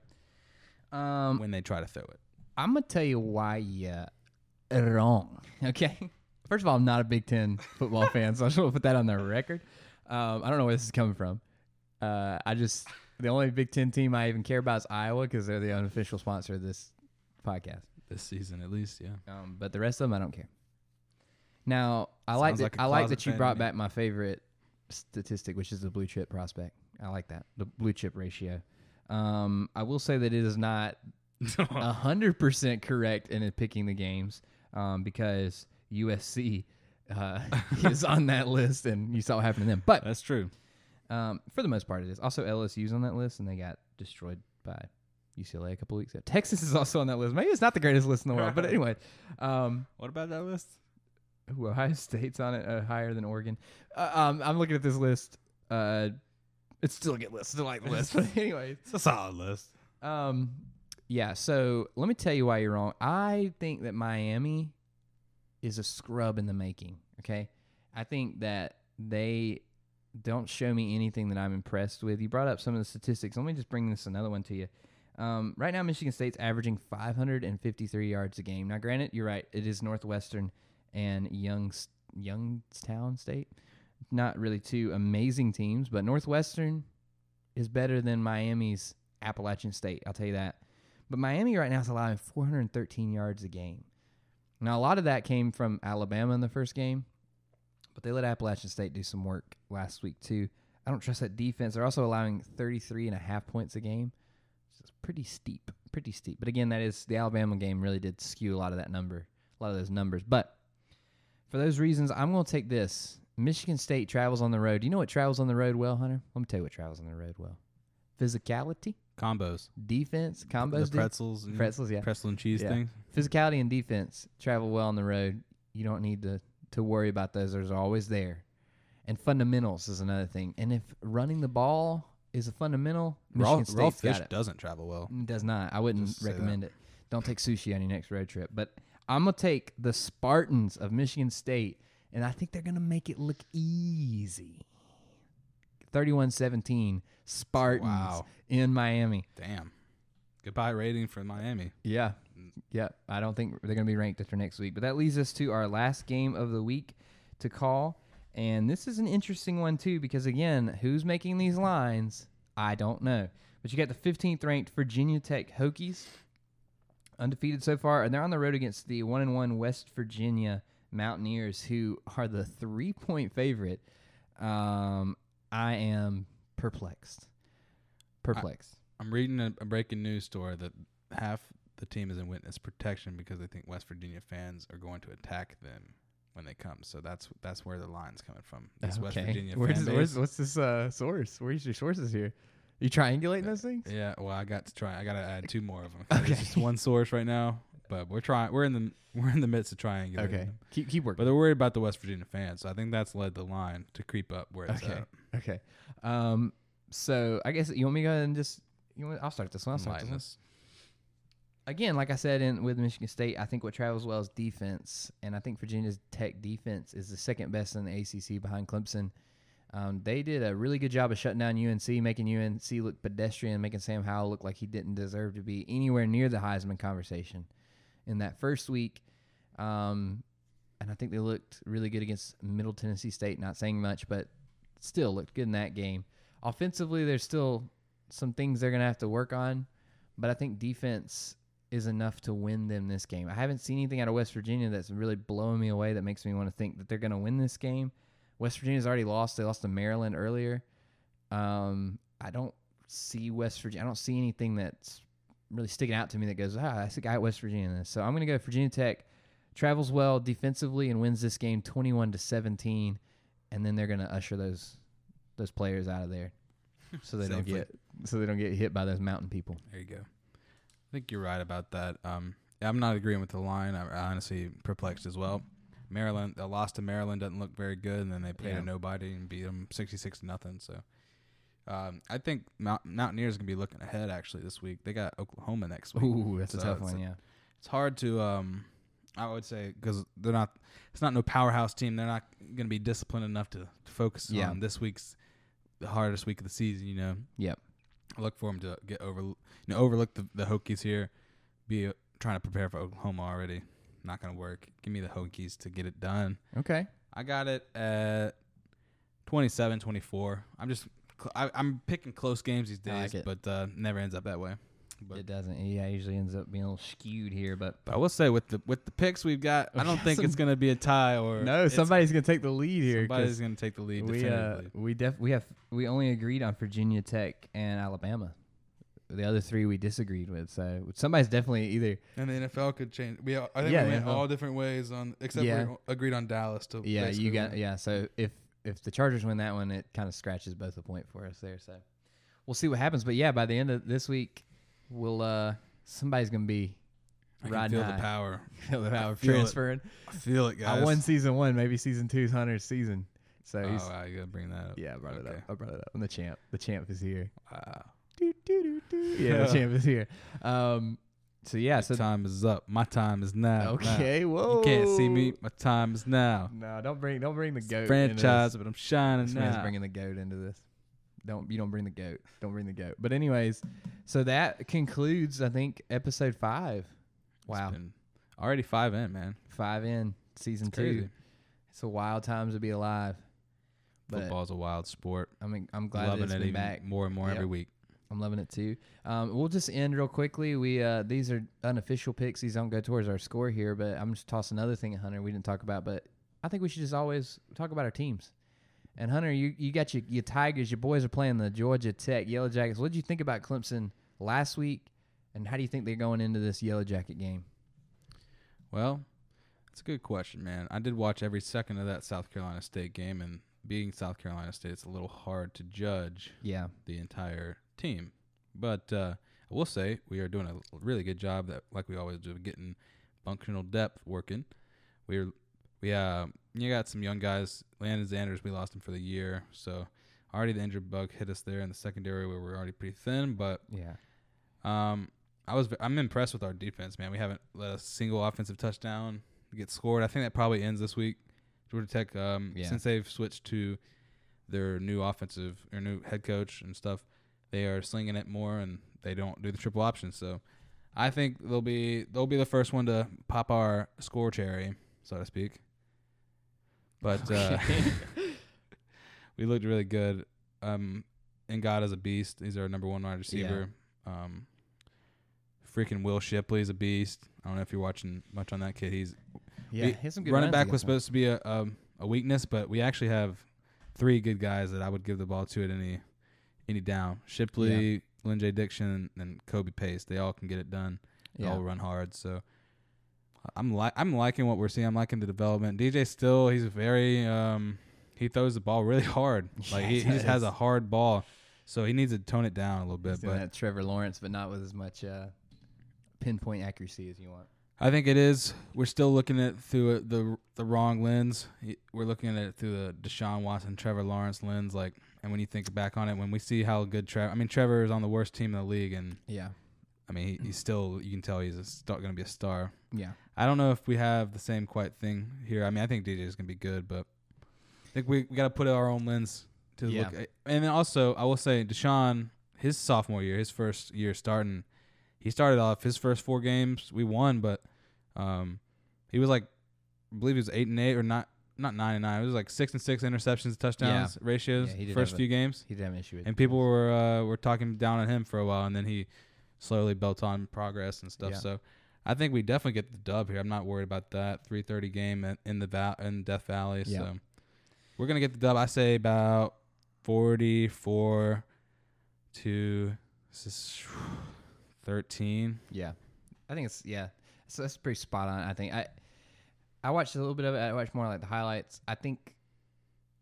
S1: Um,
S2: when they try to throw it.
S1: I'm gonna tell you why you wrong. Okay. First of all, I'm not a Big Ten football fan, so I just want to put that on the record. Um, I don't know where this is coming from. Uh, I just the only Big Ten team I even care about is Iowa because they're the unofficial sponsor of this podcast.
S2: This season, at least, yeah.
S1: Um, but the rest of them, I don't care. Now, I like
S2: Sounds
S1: that.
S2: like a
S1: I like
S2: closet
S1: that you
S2: fan to
S1: brought
S2: me.
S1: back my favorite statistic, which is the blue chip prospect. I like that the blue chip ratio. Um, I will say that it is not a hundred percent correct in picking the games um, because USC uh, is on that list, and you saw what happened to them. But
S2: That's true.
S1: um, for the most part, it is. Also, LSU's on that list, and they got destroyed by UCLA a couple weeks ago. Texas is also on that list. Maybe it's not the greatest list in the world, but anyway, um,
S2: What about that list?
S1: ooh, Ohio State's on it uh, higher than Oregon. Uh, um, I'm looking at this list. Uh, it's still a good list. Still like the list, but anyway,
S2: It's a solid list.
S1: um, yeah. So let me tell you why you're wrong. I think that Miami is a scrub in the making. Okay, I think that they don't show me anything that I'm impressed with. You brought up some of the statistics. Let me just bring this another one to you. Um, right now, Michigan State's averaging 553 yards a game. Now, granted, you're right. It is Northwestern and Youngs Youngstown State. Not really two amazing teams, but Northwestern is better than Miami's Appalachian State. I'll tell you that. But Miami right now is allowing 413 yards a game. Now, a lot of that came from Alabama in the first game, but they let Appalachian State do some work last week, too. I don't trust that defense. They're also allowing 33 and a half points a game. So it's pretty steep, pretty steep. But again, that is the Alabama game really did skew a lot of that number, a lot of those numbers. But for those reasons, I'm going to take this. Michigan State travels on the road. Do you know what travels on the road well, Hunter? Let me tell you what travels on the road well. Physicality,
S2: Combos.
S1: defense, combos,
S2: the
S1: dude.
S2: pretzels. and-
S1: pretzels, yeah.
S2: Pretzel and cheese
S1: Yeah.
S2: things.
S1: Physicality and defense travel well on the road. You don't need to to worry about those. They're always there. And fundamentals is another thing. And if running the ball is a fundamental, Michigan
S2: Raw, raw
S1: State's
S2: fish
S1: got it.
S2: doesn't travel well.
S1: It does not. I wouldn't
S2: Just uh, say that.
S1: recommend it. Don't take sushi on your next road trip. But I'm gonna take the Spartans of Michigan State, and I think they're gonna make it look easy. 31-17 Spartans
S2: Wow.
S1: in Miami.
S2: Damn. Goodbye rating for Miami.
S1: Yeah. Yeah. I don't think they're going to be ranked after next week. But that leads us to our last game of the week to call. And this is an interesting one, too, because again, who's making these lines? I don't know. But you got the 15th ranked Virginia Tech Hokies, undefeated so far. And they're on the road against the 1 and 1 West Virginia Mountaineers, who are the three point favorite. Um, I am perplexed. Perplexed.
S2: I'm reading a, a breaking news story that half the team is in witness protection because they think West Virginia fans are going to attack them when they come. So that's that's where the line's coming from. This West
S1: Okay.
S2: Virginia
S3: Where's,
S2: fan
S3: this- where's
S2: base.
S3: what's this uh, source? Where's your sources here? You triangulating those things?
S2: Yeah, well, I got to try. I got to add two more of them.
S1: Okay.
S2: It's just one source right now, but we're trying. We're in the we're in the midst of triangulating.
S3: Okay,
S2: them.
S3: keep keep working.
S2: But they're worried about the West Virginia fans, so I think that's led the line to creep up where it's
S1: Okay.
S2: at.
S1: Okay. Um. So I guess you want me to go ahead and just you want I'll start this one. I'll start this
S2: Enlighten
S1: one.
S2: us.
S1: Again, like I said in with Michigan State, I think what travels well is defense, and I think Virginia's Tech defense is the second best in the ACC behind Clemson. Um, they did a really good job of shutting down UNC, making UNC look pedestrian, making Sam Howell look like he didn't deserve to be anywhere near the Heisman conversation in that first week. Um, and I think they looked really good against Middle Tennessee State. Not saying much, but still looked good in that game. Offensively, there's still some things they're going to have to work on, but I think defense is enough to win them this game. I haven't seen anything out of West Virginia that's really blowing me away that makes me want to think that they're going to win this game. West Virginia's already lost. They lost to Maryland earlier. Um, I don't see West Virginia. I don't see anything that's really sticking out to me that goes, ah, that's the guy at West Virginia. in this." So I'm going to go Virginia Tech travels well defensively and wins this game 21 to 17 and then they're going to usher those those players out of there so they don't
S2: Safely.
S1: get so they don't get hit by those mountain people
S2: There you go. I think you're right about that. Um, I'm not agreeing with the line. I'm honestly perplexed as well. Maryland, the loss to Maryland doesn't look very good, and then they played
S1: Yeah.
S2: a nobody and beat them 66 to nothing. So, um, I think Mount- Mountaineers gonna be looking ahead actually this week. They got Oklahoma next week.
S1: ooh that's a
S2: So
S1: tough
S2: it's
S1: one yeah
S2: It's hard to, um, I would say, because they're not. It's not no powerhouse team. They're not gonna be disciplined enough to, to focus
S1: Yeah.
S2: on this week's the hardest week of the season. You know,
S1: yep
S2: I look for him to get over, you know, overlook the, the Hokies here. Be uh, trying to prepare for Oklahoma already. Not gonna work. Give me the Hokies to get it done.
S1: okay
S2: I got it at 27, 24. I'm just, cl- I, I'm picking close games these
S1: I like
S2: days,
S1: it.
S2: but uh, never ends up that way. But-
S1: it doesn't yeah it usually ends up being a little skewed here but
S2: But I will say with the with the picks we've got, I
S1: We
S2: don't
S1: got
S2: think
S1: some-
S2: it's gonna be a tie or
S3: no,
S2: it's-
S3: somebody's gonna take the lead here. 'cause-
S2: somebody's gonna take the lead
S3: we uh,
S2: definitively.
S1: we def we have we only agreed on Virginia Tech and Alabama the other three we disagreed with so somebody's definitely either
S2: and the NFL could change. We I
S3: think Yeah, we the went NFL. all
S2: different ways on
S1: except we Yeah.
S2: agreed on Dallas to
S1: Yeah, you got yeah. So if if the Chargers win that one, it kind of scratches both a point for us there. So we'll see what happens. But yeah, by the end of this week, we'll uh somebody's gonna be
S2: I can
S1: riding
S2: feel
S1: high.
S2: the power.
S1: Feel the power of
S2: feel it,
S1: transferring.
S2: I feel it, guys.
S3: I won season one, maybe season two's Hunter's season. So
S2: Oh,
S3: he's
S2: wow, you gotta bring that up.
S3: yeah, I brought it
S2: okay.
S3: up. I brought it up. I'm the champ. The champ is here.
S2: Wow.
S3: Doo, doo, doo, doo. Yeah, the champ is here. Um,
S1: So yeah, so
S2: time is up. My time is now. Now.
S3: okay, whoa.
S2: You can't see
S1: Oh.
S2: me. My time is now.
S3: No, don't bring don't bring the goat.
S2: Franchise,
S3: Into
S2: but I'm shining
S1: this man's
S2: now.
S1: bringing the goat into this. Don't you don't bring the goat. Don't bring the goat. But anyways, so that concludes I think episode five.
S2: It's
S1: Wow,
S2: been already five in, man.
S1: five in season
S2: It's
S1: two.
S2: crazy.
S1: It's a wild time to be alive. But
S2: Football's a wild sport.
S1: I mean, I'm glad that
S2: Loving
S1: it's
S2: it
S1: been
S2: even
S1: back.
S2: more and more
S1: Yep.
S2: every week.
S1: I'm loving it too. Um, we'll just end real quickly. We uh, these are unofficial picks. These don't go towards our score here, but I'm just tossing another thing at Hunter we didn't talk about. But I think we should just always talk about our teams. And Hunter, you, you got your, your Tigers. Your boys are playing the Georgia Tech Yellow Jackets. What did you think about Clemson last week? And how do you think they're going into this Yellow Jacket game?
S2: Well, it's a good question, man. I did watch every second of that South Carolina State game, and being South Carolina State, it's a little hard to judge
S1: Yeah,
S2: the entire team. But uh, I will say we are doing a really good job that, like we always do, getting functional depth working. We're we uh you got some young guys. Landon Sanders, we lost him for the year, so already the injured bug hit us there in the secondary where we're already pretty thin. But
S1: yeah.
S2: um, I was I'm impressed with our defense, man. We haven't let a single offensive touchdown get scored. I think that probably ends this week. Georgia Tech, um,
S1: Yeah.
S2: since they've switched to their new offensive or new head coach and stuff, they are slinging it more and they don't do the triple option. So I think they'll be they'll be the first one to pop our score cherry, so to speak. But uh, we looked really good. Um, and God is a beast. He's our number one wide receiver. Um, freaking Will Shipley is a beast. I don't know if you're watching much on that kid. He's
S3: Yeah,
S2: We-
S3: he has some good
S2: running
S3: runs
S2: back
S3: against
S2: was
S3: them.
S2: supposed to be a um, a weakness, but we actually have three good guys that I would give the ball to at any any down. Shipley, Lynn J. Dixon, and Kobe Pace. They all can get it done. They
S1: Yeah.
S2: all run hard. So I'm li- I'm liking what we're seeing. I'm liking the development. DJ still he's very um he throws the ball really hard. Like he, he just has a hard ball. So he needs to tone it down a little bit.
S1: He's doing
S2: but
S1: that Trevor Lawrence, but not with as much uh, pinpoint accuracy as you want.
S2: I think it is. We're still looking at it through a- the the wrong lens. Y- We're looking at it through the Deshaun Watson, Trevor Lawrence lens. Like, and when you think back on it, when we see how good Trevor, I mean, Trevor is on the worst team in the league, and
S1: Yeah,
S2: I mean,
S1: Mm.
S2: he, he's still you can tell he's a start going to be a star.
S1: yeah.
S2: I don't know if we have the same quite thing here. I mean, I think DJ is going to be good, but I think we, we got to put our own lens to
S1: Yeah.
S2: look. At. And then also, I will say, Deshaun, his sophomore year, his first year starting, he started off his first four games. We won, but um, he was like, I believe he was eight and eight or not, not nine and nine. It was like six and six interceptions, touchdowns ratios
S1: Yeah, he did
S2: first
S1: have a-
S2: few games.
S1: He did have an issue with
S2: And people were uh, were talking down on him for a while, and then he slowly built on progress and stuff.
S1: Yeah.
S2: So I think we definitely get the dub here. I'm not worried about that 3:30 game in- in the val- in Death Valley.
S1: Yeah.
S2: So we're gonna get the dub. I say about 44 to this is 13.
S1: Yeah, I think it's yeah. So that's pretty spot on. I think I I watched a little bit of it. I watched more like the highlights. I think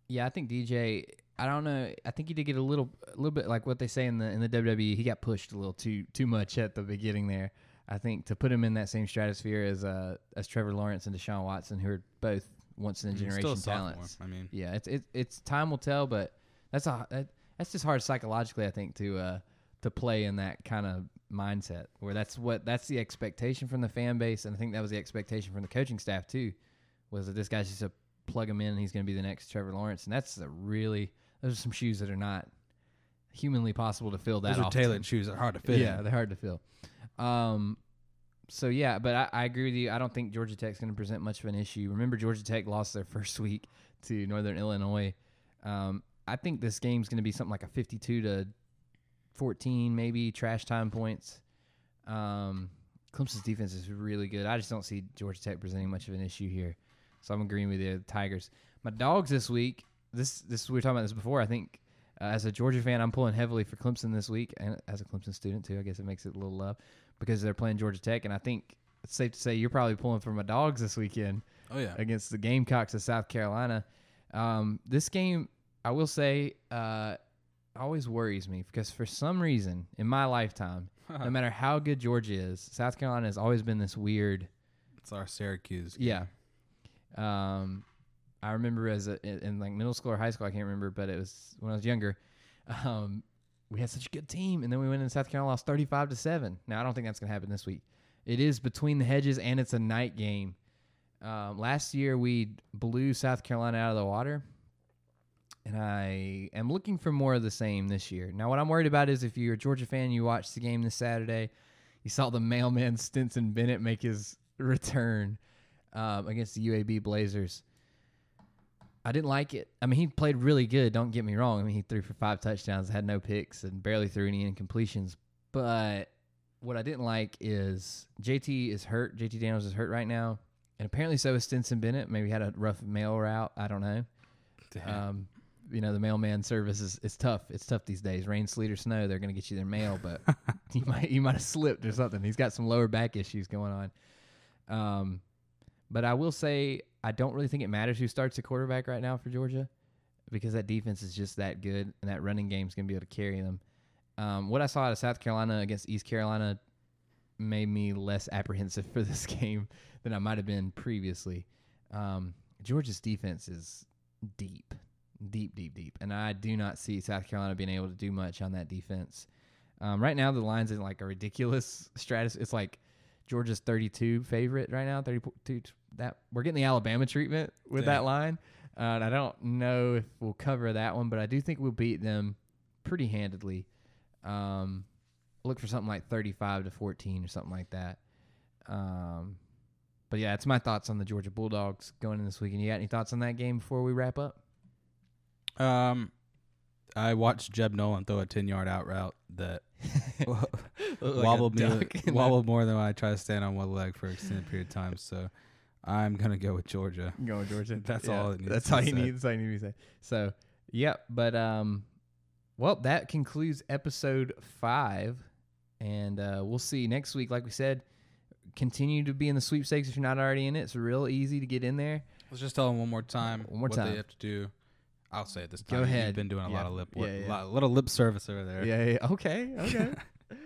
S1: yeah, I think DJ. I don't know. I think he did get a little a little bit like what they say in the in the WWE. He got pushed a little too too much at the beginning there. I think to put him in that same stratosphere as uh as Trevor Lawrence and Deshaun Watson, who are both once in a
S2: He's still a
S1: generation
S2: sophomore.
S1: talents.
S2: I mean,
S1: Yeah, it's it's it's time will tell, but that's a that, that's just hard psychologically, I think, to uh to play in that kind of mindset where that's what that's the expectation from the fan base, and I think that was the expectation from the coaching staff too, was that this guy's just a plug him in and he's going to be the next Trevor Lawrence, and that's a really those are some shoes that are not humanly possible to fill that.
S2: those are
S1: often.
S2: tailored shoes. They're hard to fit.
S1: Yeah,
S2: in.
S1: they're hard to fill. Um, so yeah, but I, I agree with you. I don't think Georgia Tech's going to present much of an issue. Remember, Georgia Tech lost their first week to Northern Illinois. Um, I think this game's going to be something like a fifty-two to fourteen, maybe trash time points. Um, Clemson's defense is really good. I just don't see Georgia Tech presenting much of an issue here. So I'm agreeing with you, Tigers. My dogs this week. This this we were talking about this before. I think uh, as a Georgia fan, I'm pulling heavily for Clemson this week, and as a Clemson student too, I guess it makes it a little love because they're playing Georgia Tech, and I think it's safe to say you're probably pulling for my dogs this weekend
S2: Oh yeah.
S1: against the Gamecocks of South Carolina. Um, this game, I will say, uh, always worries me because for some reason in my lifetime, no matter how good Georgia is, South Carolina has always been this weird.
S2: It's our Syracuse.
S1: Yeah. Um, I remember as a, in, in like middle school or high school, I can't remember, but it was when I was younger. Um, we had such a good team, and then we went in South Carolina, lost thirty-five to seven. Now I don't think that's gonna happen this week. It is between the hedges, and it's a night game. Um, last year we blew South Carolina out of the water, and I am looking for more of the same this year. Now what I'm worried about is if you're a Georgia fan, you watched the game this Saturday, you saw the mailman Stinson Bennett make his return um, against the UAB Blazers. I didn't like it. I mean, he played really good. Don't get me wrong. I mean, he threw for five touchdowns, had no picks, and barely threw any incompletions. But what I didn't like is JT is hurt. JT Daniels is hurt right now, and apparently so is Stinson Bennett. Maybe had a rough mail route. I don't know. Um, you know, the mailman service is it's tough. It's tough these days. Rain, sleet, or snow, they're going to get you their mail, but you might you might have slipped or something. He's got some lower back issues going on. Um, but I will say I don't really think it matters who starts the quarterback right now for Georgia because that defense is just that good and that running game's going to be able to carry them. Um, what I saw out of South Carolina against East Carolina made me less apprehensive for this game than I might have been previously. Um, Georgia's defense is deep, deep, deep, deep, and I do not see South Carolina being able to do much on that defense. Um, right now, the lines in like a ridiculous stratus. It's like Georgia's 32 favorite right now. 32 that we're getting the Alabama treatment with
S2: Yeah.
S1: that line, uh, and I don't know if we'll cover that one, but I do think we'll beat them pretty handedly. Um, look for something like 35 to 14 or something like that. Um, but yeah, it's my thoughts on the Georgia Bulldogs going in this weekend. You got any thoughts on that game before we wrap up?
S2: Um, I watched Jeb Nolan throw a ten yard out route that wobbled me, wobbled more than when I try to stand on one leg for an extended period of time. So I'm gonna go with Georgia.
S3: Go, Georgia.
S2: That's all it needs
S3: That's
S2: to
S3: all
S2: be
S3: you
S2: said.
S3: need. That's all you need to say.
S1: So, yep. But um, well, that concludes episode five, and uh, we'll see you next week. Like we said, continue to be in the sweepstakes if you're not already in it. It's real easy to get in there.
S2: Let's just tell them one more time
S1: One more
S2: what
S1: time.
S2: they have to do. I'll say it this
S1: Go
S2: time.
S1: ahead.
S2: You've been doing a
S1: Yeah.
S2: lot of lip,
S3: Yeah,
S2: a
S3: yeah.
S2: lot, little lip service over there.
S3: Yeah, yeah.
S1: Okay. Okay.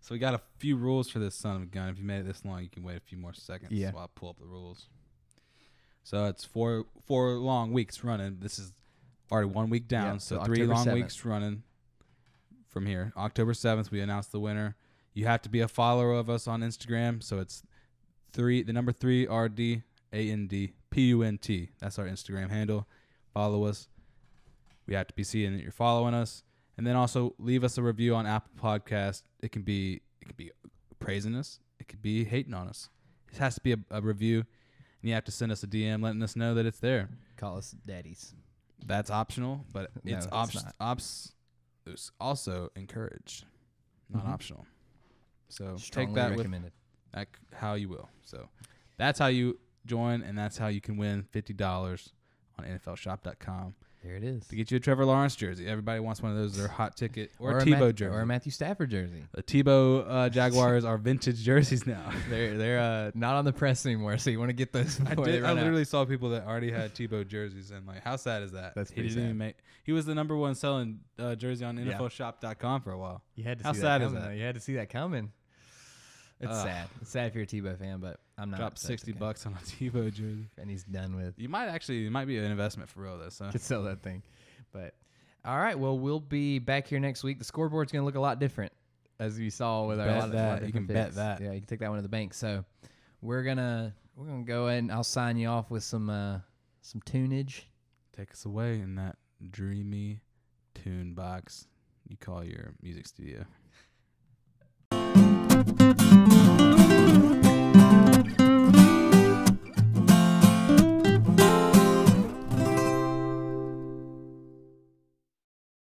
S2: So we got a few rules for this son of a gun. If you made it this long, you can wait a few more seconds
S3: Yeah.
S2: while I pull up the rules. So it's four four long weeks running. This is already one week down,
S1: Yeah,
S2: so,
S1: so
S2: three
S1: October
S2: long
S1: 7th.
S2: weeks running from here. October seventh, we announce the winner. You have to be a follower of us on Instagram. So it's three the number three R D A N D P U N T. That's our Instagram handle. Follow us. We have to be seeing that you're following us. And then also leave us a review on Apple Podcast. It can be it can be praising us. It could be hating on us. It has to be a, a review. And you have to send us a DM letting us know that it's there.
S1: Call us daddies.
S2: That's optional, but
S1: No,
S2: it's,
S1: it's
S2: ops,
S1: not.
S2: ops it's also encouraged, not
S1: Mhm.
S2: optional. So
S1: Strongly
S2: take that with
S1: recommended.
S2: that c- how you will. So that's how you join, and that's how you can win fifty dollars on NFLShop.com
S1: There it is.
S2: to get you a Trevor Lawrence jersey. Everybody wants one of those. They're hot ticket or, a
S1: a
S2: Tebow
S1: Matthew,
S2: jersey.
S1: or a Matthew Stafford jersey.
S2: the Tebow uh, Jaguars are vintage jerseys now.
S1: They're they're uh, not on the press anymore, so you want to get those.
S2: I,
S1: before they
S2: did, I
S1: run out.
S2: literally saw people that already had Tebow jerseys, and like, how sad is that?
S3: That's
S2: he
S3: pretty
S2: didn't
S3: sad.
S2: even make. He was the number one selling uh, jersey on
S3: Yeah.
S2: NFLShop.com for a while.
S3: You had to
S2: How
S3: see
S2: sad
S3: that
S2: is
S3: coming,
S2: that?
S3: though. You had to see that coming.
S1: It's
S2: Ugh.
S1: sad. It's sad if you're a Tebow fan, but I'm not.
S2: Dropped
S1: so it's
S2: sixty
S1: okay.
S2: bucks on a Tebow jersey.
S1: and he's done with.
S2: Ah, You might actually, it might be an investment for real. Though, so
S3: Could sell that thing. But
S1: All right. Well, we'll be back here next week. The scoreboard's going to look a lot different, as we saw with our
S2: Bet
S1: lot of- lot
S2: that.
S1: of
S2: You
S1: different
S2: can bet
S1: picks.
S2: that.
S1: Yeah, you can take that one to the bank. So we're gonna we're gonna go and I'll sign you off with some uh some tunage.
S2: take us away in that dreamy tune box you call your music studio.